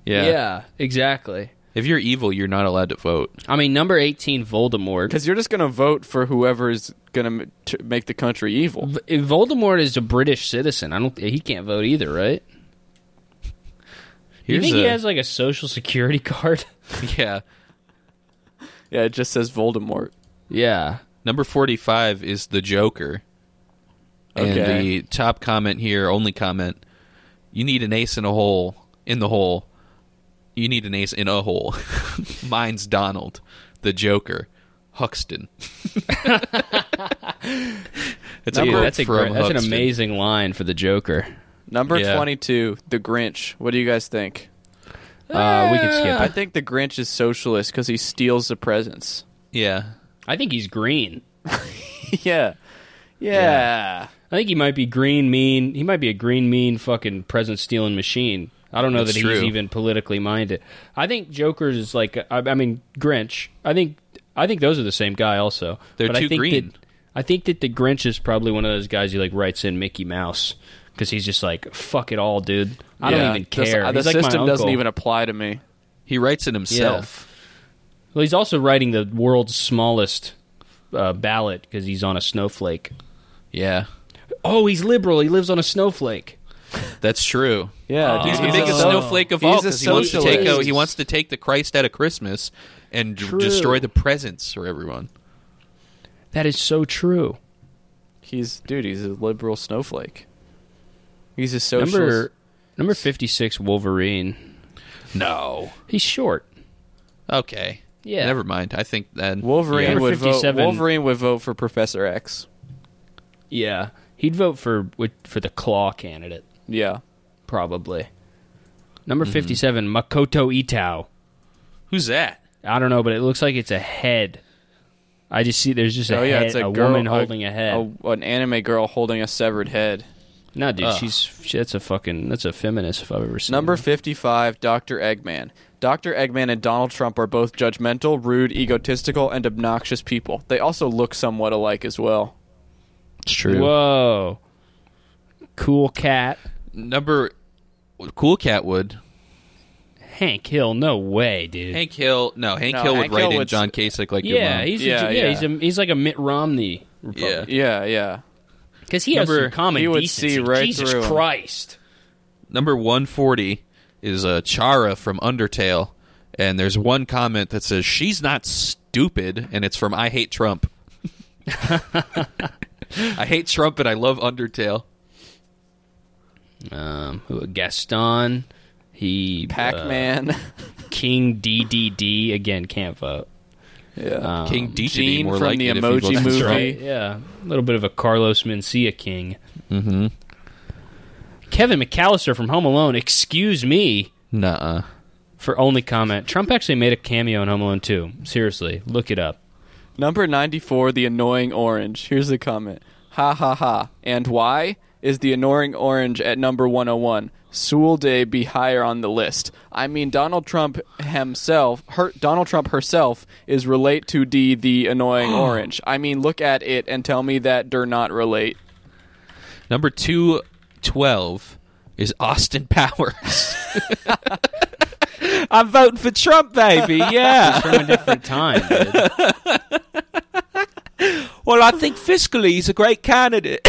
Speaker 3: Yeah.
Speaker 5: exactly.
Speaker 3: If you're evil, you're not allowed to vote.
Speaker 5: I mean, number 18, Voldemort.
Speaker 4: Because you're just gonna vote for whoever's gonna m- t- make the country evil.
Speaker 5: V- Voldemort is a British citizen. I don't. He can't vote either, right?
Speaker 3: Here's
Speaker 5: you think he
Speaker 3: a-
Speaker 5: has like a social security card?
Speaker 3: yeah. Mm-hmm.
Speaker 4: Yeah, it just says Voldemort.
Speaker 5: yeah.
Speaker 3: Number 45 is the Joker.
Speaker 4: Okay.
Speaker 3: And the top comment here, only comment, you need an ace in a hole. In the hole. You need an ace in a hole. Mine's Donald, the Joker, Huxton. that's,
Speaker 5: Dude,
Speaker 3: quote
Speaker 5: that's a
Speaker 3: from
Speaker 5: great, that's an
Speaker 3: Huxton.
Speaker 5: amazing line for the Joker.
Speaker 4: Number
Speaker 3: Yeah.
Speaker 4: 22, The Grinch. What do you guys think?
Speaker 5: Uh, we can skip
Speaker 4: I
Speaker 5: it.
Speaker 4: think The Grinch is socialist because he steals the presents.
Speaker 3: Yeah.
Speaker 5: I think he's green.
Speaker 4: yeah. Yeah.
Speaker 5: I think he might be green mean. He might be a green mean fucking present stealing machine. I don't know
Speaker 3: That's
Speaker 5: that he's
Speaker 3: true.
Speaker 5: even politically minded. I think Joker's is like I, I mean Grinch. I think I think those are the same guy also.
Speaker 3: They're
Speaker 5: but I
Speaker 3: too
Speaker 5: think
Speaker 3: green.
Speaker 5: That, I think that the Grinch is probably one of those guys who like writes in Mickey Mouse because he's just like fuck it all, dude. I
Speaker 4: Yeah.
Speaker 5: don't even
Speaker 4: This-
Speaker 5: care.
Speaker 4: uh, The,
Speaker 5: He's like my
Speaker 4: system doesn't
Speaker 5: uncle.
Speaker 4: even apply to me.
Speaker 3: He writes it himself.
Speaker 5: Well, he's also writing the world's smallest uh, ballot because he's on a snowflake.
Speaker 3: Yeah.
Speaker 5: Oh, he's liberal. He lives on a snowflake.
Speaker 3: That's true.
Speaker 4: Yeah.
Speaker 3: He's the
Speaker 5: He's
Speaker 3: biggest
Speaker 5: a-
Speaker 3: snowflake of
Speaker 4: he's
Speaker 3: all
Speaker 4: a
Speaker 3: 'cause he wants to
Speaker 4: socialist.
Speaker 3: take out- he wants to take the Christ out of Christmas and d- destroy the presents for everyone.
Speaker 5: That is so true.
Speaker 4: He's, dude, he's a liberal snowflake. He's a socialist.
Speaker 5: Number number fifty six Wolverine.
Speaker 3: No.
Speaker 5: He's short.
Speaker 3: Okay.
Speaker 5: Yeah.
Speaker 3: Never mind. I think then
Speaker 4: Wolverine
Speaker 5: Number
Speaker 4: would vote.
Speaker 5: 57.
Speaker 4: Wolverine would vote for Professor X.
Speaker 5: Yeah, he'd vote for for the Claw candidate
Speaker 4: Yeah.
Speaker 5: probably. Number
Speaker 4: Mm-hmm.
Speaker 5: fifty seven Makoto Itao.
Speaker 3: Who's that?
Speaker 5: I don't know, but it looks like it's a head. I just see there's just a
Speaker 4: oh yeah,
Speaker 5: head-
Speaker 4: it's a,
Speaker 5: a
Speaker 4: girl oh,
Speaker 5: woman holding a head.
Speaker 4: a- an anime girl holding a severed head.
Speaker 5: No, dude,
Speaker 3: Ugh.
Speaker 5: she's she, that's a fucking that's a feminist if I've ever seen.
Speaker 4: Number
Speaker 5: one.
Speaker 4: 55, Dr. Eggman. Dr. Eggman and Donald Trump are both judgmental, rude, egotistical, and obnoxious people. They also look somewhat alike as well.
Speaker 3: It's true.
Speaker 5: Whoa, cool cat.
Speaker 3: Number Cool Cat would.
Speaker 5: Hank Hill, no way, dude.
Speaker 3: Hank Hill. No, Hank
Speaker 4: No,
Speaker 3: Hill would
Speaker 4: Hank
Speaker 3: write
Speaker 4: Hill
Speaker 3: in
Speaker 4: would-
Speaker 3: John Kasich like your
Speaker 5: yeah,
Speaker 3: mom.
Speaker 5: he's
Speaker 4: Yeah,
Speaker 5: a, yeah,
Speaker 4: yeah.
Speaker 5: he's a, he's like a Mitt Romney.
Speaker 3: yeah.
Speaker 4: Yeah, yeah.
Speaker 5: Because he has
Speaker 3: Number-
Speaker 5: some common
Speaker 4: he would
Speaker 5: decency.
Speaker 4: see right
Speaker 5: Jesus
Speaker 4: through him.
Speaker 5: Christ.
Speaker 3: Number 140 is uh, Chara from Undertale and there's one comment that says she's not stupid. stupid, and it's from I Hate Trump. I hate Trump and I love Undertale.
Speaker 5: Um, who- Gaston. He
Speaker 4: Pac Man.
Speaker 5: uh, King DDD again. Can't vote.
Speaker 4: yeah.
Speaker 3: King D should Um, be
Speaker 4: Gene
Speaker 3: more
Speaker 4: from
Speaker 3: like
Speaker 4: the
Speaker 3: it if he
Speaker 4: Emoji
Speaker 3: votes for
Speaker 4: Movie.
Speaker 3: Trump.
Speaker 5: Right, yeah. A little bit of a Carlos Mencia king. Mm-hmm. Kevin McAllister from Home Alone, excuse me
Speaker 3: Nuh-uh.
Speaker 5: for only comment. Trump actually made a cameo in Home Alone 2. Seriously, look it up.
Speaker 4: Number 94, The Annoying Orange. Here's the comment. Ha ha ha. And why is The Annoying Orange at number 101? Sewell Day be higher on the list. I mean, Donald Trump himself, her, Donald Trump herself is relate to D, The Annoying Orange. I mean, look at it and tell me that do not relate.
Speaker 3: Number two twelve is Austin Powers. I'm voting for Trump, baby. Yeah.
Speaker 5: From a different time. dude.
Speaker 3: Well, I think fiscally he's a great candidate.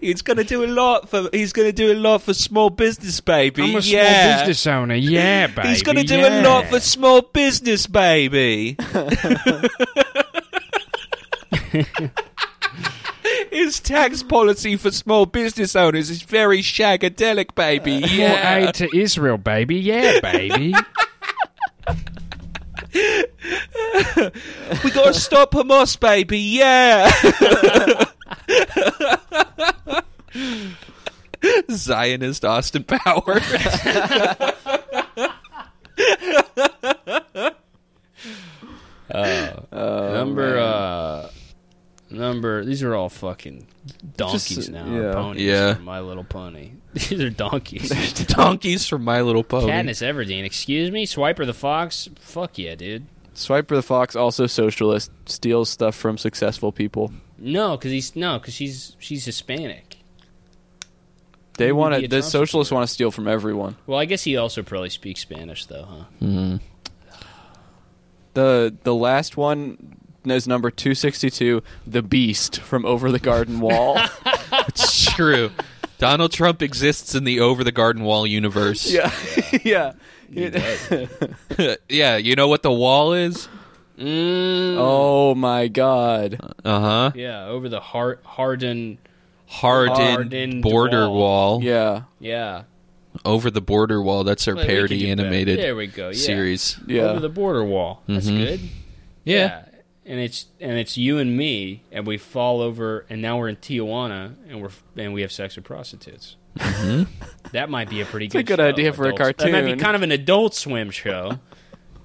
Speaker 3: he's going to do a lot for he's going to do a lot for small business, baby.
Speaker 7: I'm a small
Speaker 3: yeah.
Speaker 7: business owner. Yeah, baby.
Speaker 3: He's going to do
Speaker 7: yeah.
Speaker 3: a lot for small business, baby. His tax policy for small business owners is very shagadelic, baby.
Speaker 7: More
Speaker 3: Yeah.
Speaker 7: aid to Israel, baby. Yeah, baby.
Speaker 3: We gotta stop Hamas, baby. Yeah. Zionist Austin Powers.
Speaker 4: Oh,
Speaker 5: number, uh, number, these are all fucking donkeys
Speaker 4: Just, uh,
Speaker 5: now.
Speaker 4: yeah.
Speaker 5: Ponies
Speaker 3: Yeah.
Speaker 5: from My Little Pony. These are donkeys.
Speaker 3: Donkeys from My Little
Speaker 4: Oh,
Speaker 3: Pony.
Speaker 5: Katniss Everdeen, excuse me? Swiper the Fox? Fuck yeah, dude.
Speaker 4: Swiper the Fox, also socialist, steals stuff from successful people.
Speaker 5: No, because he's, no, because she's, she's Hispanic.
Speaker 4: They want
Speaker 5: be
Speaker 4: to,
Speaker 5: a
Speaker 4: the
Speaker 5: Trump
Speaker 4: socialists want to steal from everyone.
Speaker 5: Well, I guess he also probably speaks Spanish, though, huh?
Speaker 4: The the last one is number 262, The Beast from Over the Garden Wall.
Speaker 3: It's true. Donald Trump exists in the Over the Garden Wall universe.
Speaker 4: yeah. yeah.
Speaker 3: Yeah, you know what the wall is? Hmm.
Speaker 4: Oh my god.
Speaker 3: Uh huh.
Speaker 5: Yeah, over the har- Harden.
Speaker 3: Hardened,
Speaker 5: Hardened
Speaker 3: border wall.
Speaker 4: Yeah.
Speaker 5: Yeah.
Speaker 3: Over the border wall. That's their
Speaker 5: Wait, we could do
Speaker 3: parody
Speaker 5: better.
Speaker 3: animated
Speaker 5: There we go. Yeah.
Speaker 3: series. Mm-hmm.
Speaker 4: Yeah.
Speaker 5: Over the border wall. That's good.
Speaker 3: Yeah.
Speaker 5: And it's and it's you and me, and we fall over, and now we're in Tijuana, and we're and we have sex with prostitutes. that might be a pretty good.
Speaker 4: Mm-hmm. a good
Speaker 5: show,
Speaker 4: idea for a
Speaker 5: adults. That might
Speaker 4: cartoon.
Speaker 5: be kind of an adult swim show,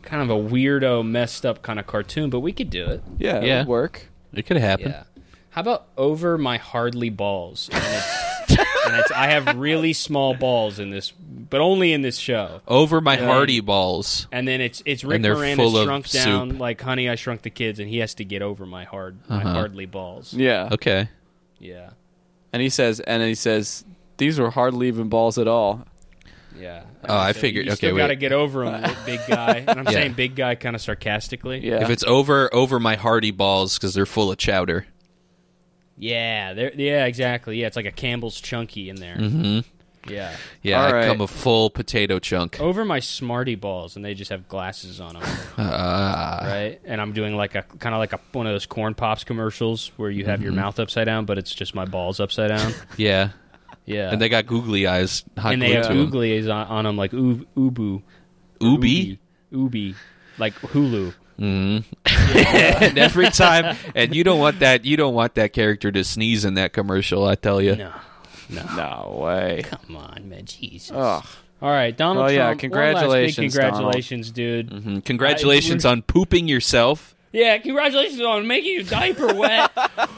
Speaker 5: kind of a weirdo, messed up kind of cartoon, but we could do it.
Speaker 4: Yeah, it
Speaker 3: Yeah.
Speaker 4: would work.
Speaker 3: It could happen.
Speaker 5: Yeah. How about over my hardly balls? And it's, and it's I have really small balls in this, but only in this show.
Speaker 3: Over my Hardy balls.
Speaker 5: And then it's it's Rick
Speaker 3: And they're
Speaker 5: Moranis
Speaker 3: full of
Speaker 5: shrunk down
Speaker 3: soup. Uh-huh.
Speaker 5: like Honey I Shrunk the Kids, and he has to get over my hard my hardly balls.
Speaker 4: Yeah.
Speaker 3: Okay.
Speaker 5: Yeah,
Speaker 4: And he says and he says these were hardly even balls at all.
Speaker 5: yeah.
Speaker 3: Oh, I
Speaker 5: So
Speaker 3: figured-
Speaker 5: You
Speaker 3: okay,
Speaker 5: got to
Speaker 3: wait.
Speaker 5: get over him, big guy. And I'm saying big guy kind of sarcastically.
Speaker 4: Yeah.
Speaker 3: If it's over over my Hardy balls because they're full of chowder.
Speaker 5: yeah, there- yeah, exactly. Yeah, it's like a Campbell's chunky in there.
Speaker 3: Mm-hmm.
Speaker 5: Yeah,
Speaker 3: Yeah,
Speaker 4: All
Speaker 3: I
Speaker 4: right.
Speaker 3: come a full potato chunk.
Speaker 5: over my smarty balls, and they just have glasses on them.
Speaker 3: Ah.
Speaker 5: right? And I'm doing like a kind of like a one of those corn pops commercials where you have
Speaker 3: Mm-hmm.
Speaker 5: your mouth upside down, but it's just my balls upside down.
Speaker 3: yeah,
Speaker 5: Yeah,
Speaker 3: and they got googly eyes. Hot
Speaker 5: and they
Speaker 3: glued
Speaker 5: have
Speaker 3: to 'em.
Speaker 5: googly eyes on, on them like oob, ubu,
Speaker 3: Ubi.
Speaker 5: ubi, like Hulu.
Speaker 3: and every time, and you don't want that. You don't want that character to sneeze in that commercial. I tell you.
Speaker 5: No,
Speaker 4: no way.
Speaker 5: come on, man, Jesus.
Speaker 4: Ugh.
Speaker 5: All right, Donald.
Speaker 4: Well, yeah,
Speaker 5: Trump, one last big
Speaker 4: congratulations, Donald.
Speaker 5: congratulations, dude.
Speaker 3: Mm, Congratulations on pooping yourself.
Speaker 5: Yeah, congratulations on making your diaper wet.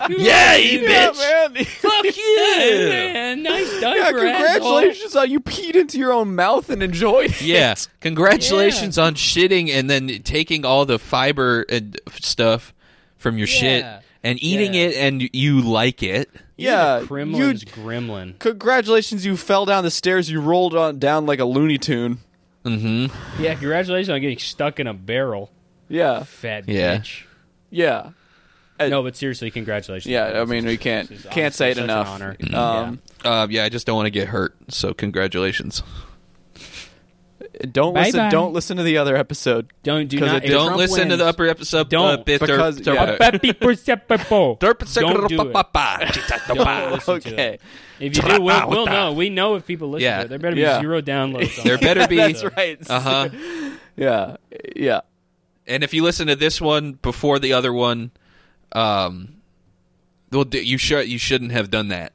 Speaker 3: Yeah, you bitch.
Speaker 4: man.
Speaker 5: Fuck you, man. Nice diaper.
Speaker 4: yeah,
Speaker 5: asshole.
Speaker 4: congratulations on you peed into your own mouth and enjoyed it.
Speaker 3: Yeah, congratulations on shitting and then taking all the fiber and stuff from your
Speaker 5: Yeah.
Speaker 3: shit and eating
Speaker 5: Yeah.
Speaker 3: it, and you like it.
Speaker 4: Yeah.
Speaker 5: Kremlin's
Speaker 4: you-
Speaker 5: gremlin.
Speaker 4: congratulations you fell down the stairs, you rolled on down like a looney tune.
Speaker 5: Yeah, congratulations on getting stuck in a barrel,
Speaker 4: Yeah.
Speaker 5: fat
Speaker 3: Yeah.
Speaker 5: bitch.
Speaker 4: Yeah.
Speaker 5: No, but seriously, congratulations.
Speaker 4: Yeah, I mean we can't
Speaker 5: This is
Speaker 4: can't
Speaker 5: honestly
Speaker 4: say it
Speaker 5: such an
Speaker 4: enough.
Speaker 5: honor.
Speaker 4: Um
Speaker 3: Uh, yeah, I just don't want to get hurt. So congratulations.
Speaker 4: Don't listen.
Speaker 5: Bye-bye.
Speaker 4: Don't listen to the other episode.
Speaker 5: Don't do
Speaker 4: 'Cause
Speaker 5: not.
Speaker 4: it
Speaker 5: if
Speaker 4: did-
Speaker 3: Don't
Speaker 5: Trump
Speaker 3: listen to
Speaker 5: wins-
Speaker 3: the upper episode.
Speaker 5: Don't,
Speaker 4: because- yeah.
Speaker 5: Don't do it. Don't
Speaker 3: Don't
Speaker 5: listen to it.
Speaker 4: Okay,
Speaker 5: If you do, we'll, we'll know. We know if people listen
Speaker 3: Yeah.
Speaker 5: to it. There better be
Speaker 4: Yeah.
Speaker 5: zero downloads. on
Speaker 3: There
Speaker 5: that.
Speaker 3: better be.
Speaker 4: that's right.
Speaker 3: Uh huh.
Speaker 4: Yeah, Uh-huh. yeah.
Speaker 3: And if you listen to this one before the other one, um, well, d- you should you shouldn't have done that.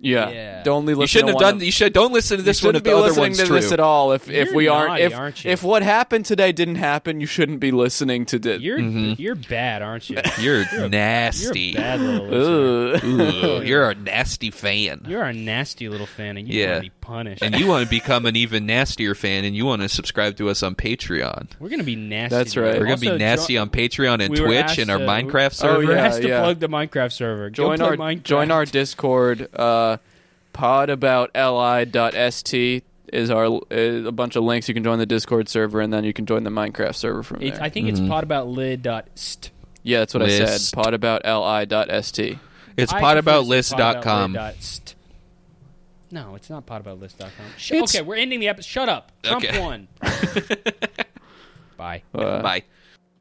Speaker 4: Yeah.
Speaker 5: Yeah.
Speaker 4: Don't only listen.
Speaker 3: You shouldn't
Speaker 4: to
Speaker 3: have
Speaker 4: one
Speaker 3: done.
Speaker 4: of-
Speaker 3: You should don't listen to this
Speaker 4: you
Speaker 3: one
Speaker 4: shouldn't
Speaker 3: if
Speaker 4: be
Speaker 3: the other
Speaker 4: listening
Speaker 3: one's
Speaker 4: to
Speaker 3: true.
Speaker 4: this at all. If if
Speaker 5: You're
Speaker 4: we aren't,
Speaker 5: naughty,
Speaker 4: if
Speaker 5: aren't you?
Speaker 4: if what happened today didn't happen, you shouldn't be listening to this.
Speaker 5: You're
Speaker 3: Mm-hmm.
Speaker 5: you're bad, aren't you?
Speaker 3: You're
Speaker 5: You're a
Speaker 3: nasty.
Speaker 5: bad little listener.
Speaker 3: Ooh,
Speaker 4: Ugh.
Speaker 3: You're a nasty fan.
Speaker 5: You're a nasty little fan, and you
Speaker 3: Yeah.
Speaker 5: want to be punished.
Speaker 3: and you want to become an even nastier fan, and you want to subscribe to us on Patreon.
Speaker 5: We're gonna be nasty.
Speaker 4: That's
Speaker 5: to
Speaker 4: right.
Speaker 5: you.
Speaker 3: We're gonna be
Speaker 5: Also,
Speaker 3: nasty
Speaker 5: jo-
Speaker 3: on Patreon and
Speaker 5: we were
Speaker 3: Twitch
Speaker 5: asked,
Speaker 3: and our
Speaker 5: uh,
Speaker 3: Minecraft
Speaker 4: oh,
Speaker 3: server.
Speaker 5: We're asked to
Speaker 4: Yeah, yeah.
Speaker 5: plug the Minecraft server. Go
Speaker 4: join
Speaker 5: plug
Speaker 4: our
Speaker 5: Minecraft.
Speaker 4: join our Discord. Uh, podaboutli.st is our is a bunch of links. You can join the Discord server, and then you can join the Minecraft server from
Speaker 5: It's,
Speaker 4: there.
Speaker 5: I think it's
Speaker 3: Mm-hmm.
Speaker 5: podaboutlid.st.
Speaker 4: yeah, that's what
Speaker 3: List.
Speaker 4: I said. Podaboutli.st.
Speaker 3: It's
Speaker 5: I confused
Speaker 3: podaboutlist.com.
Speaker 5: podaboutlid.st. No, it's not podaboutlist.com. Sh- okay, we're ending the episode. Shut up. Trump
Speaker 3: Okay.
Speaker 5: won. Bye.
Speaker 4: Uh,
Speaker 3: Bye.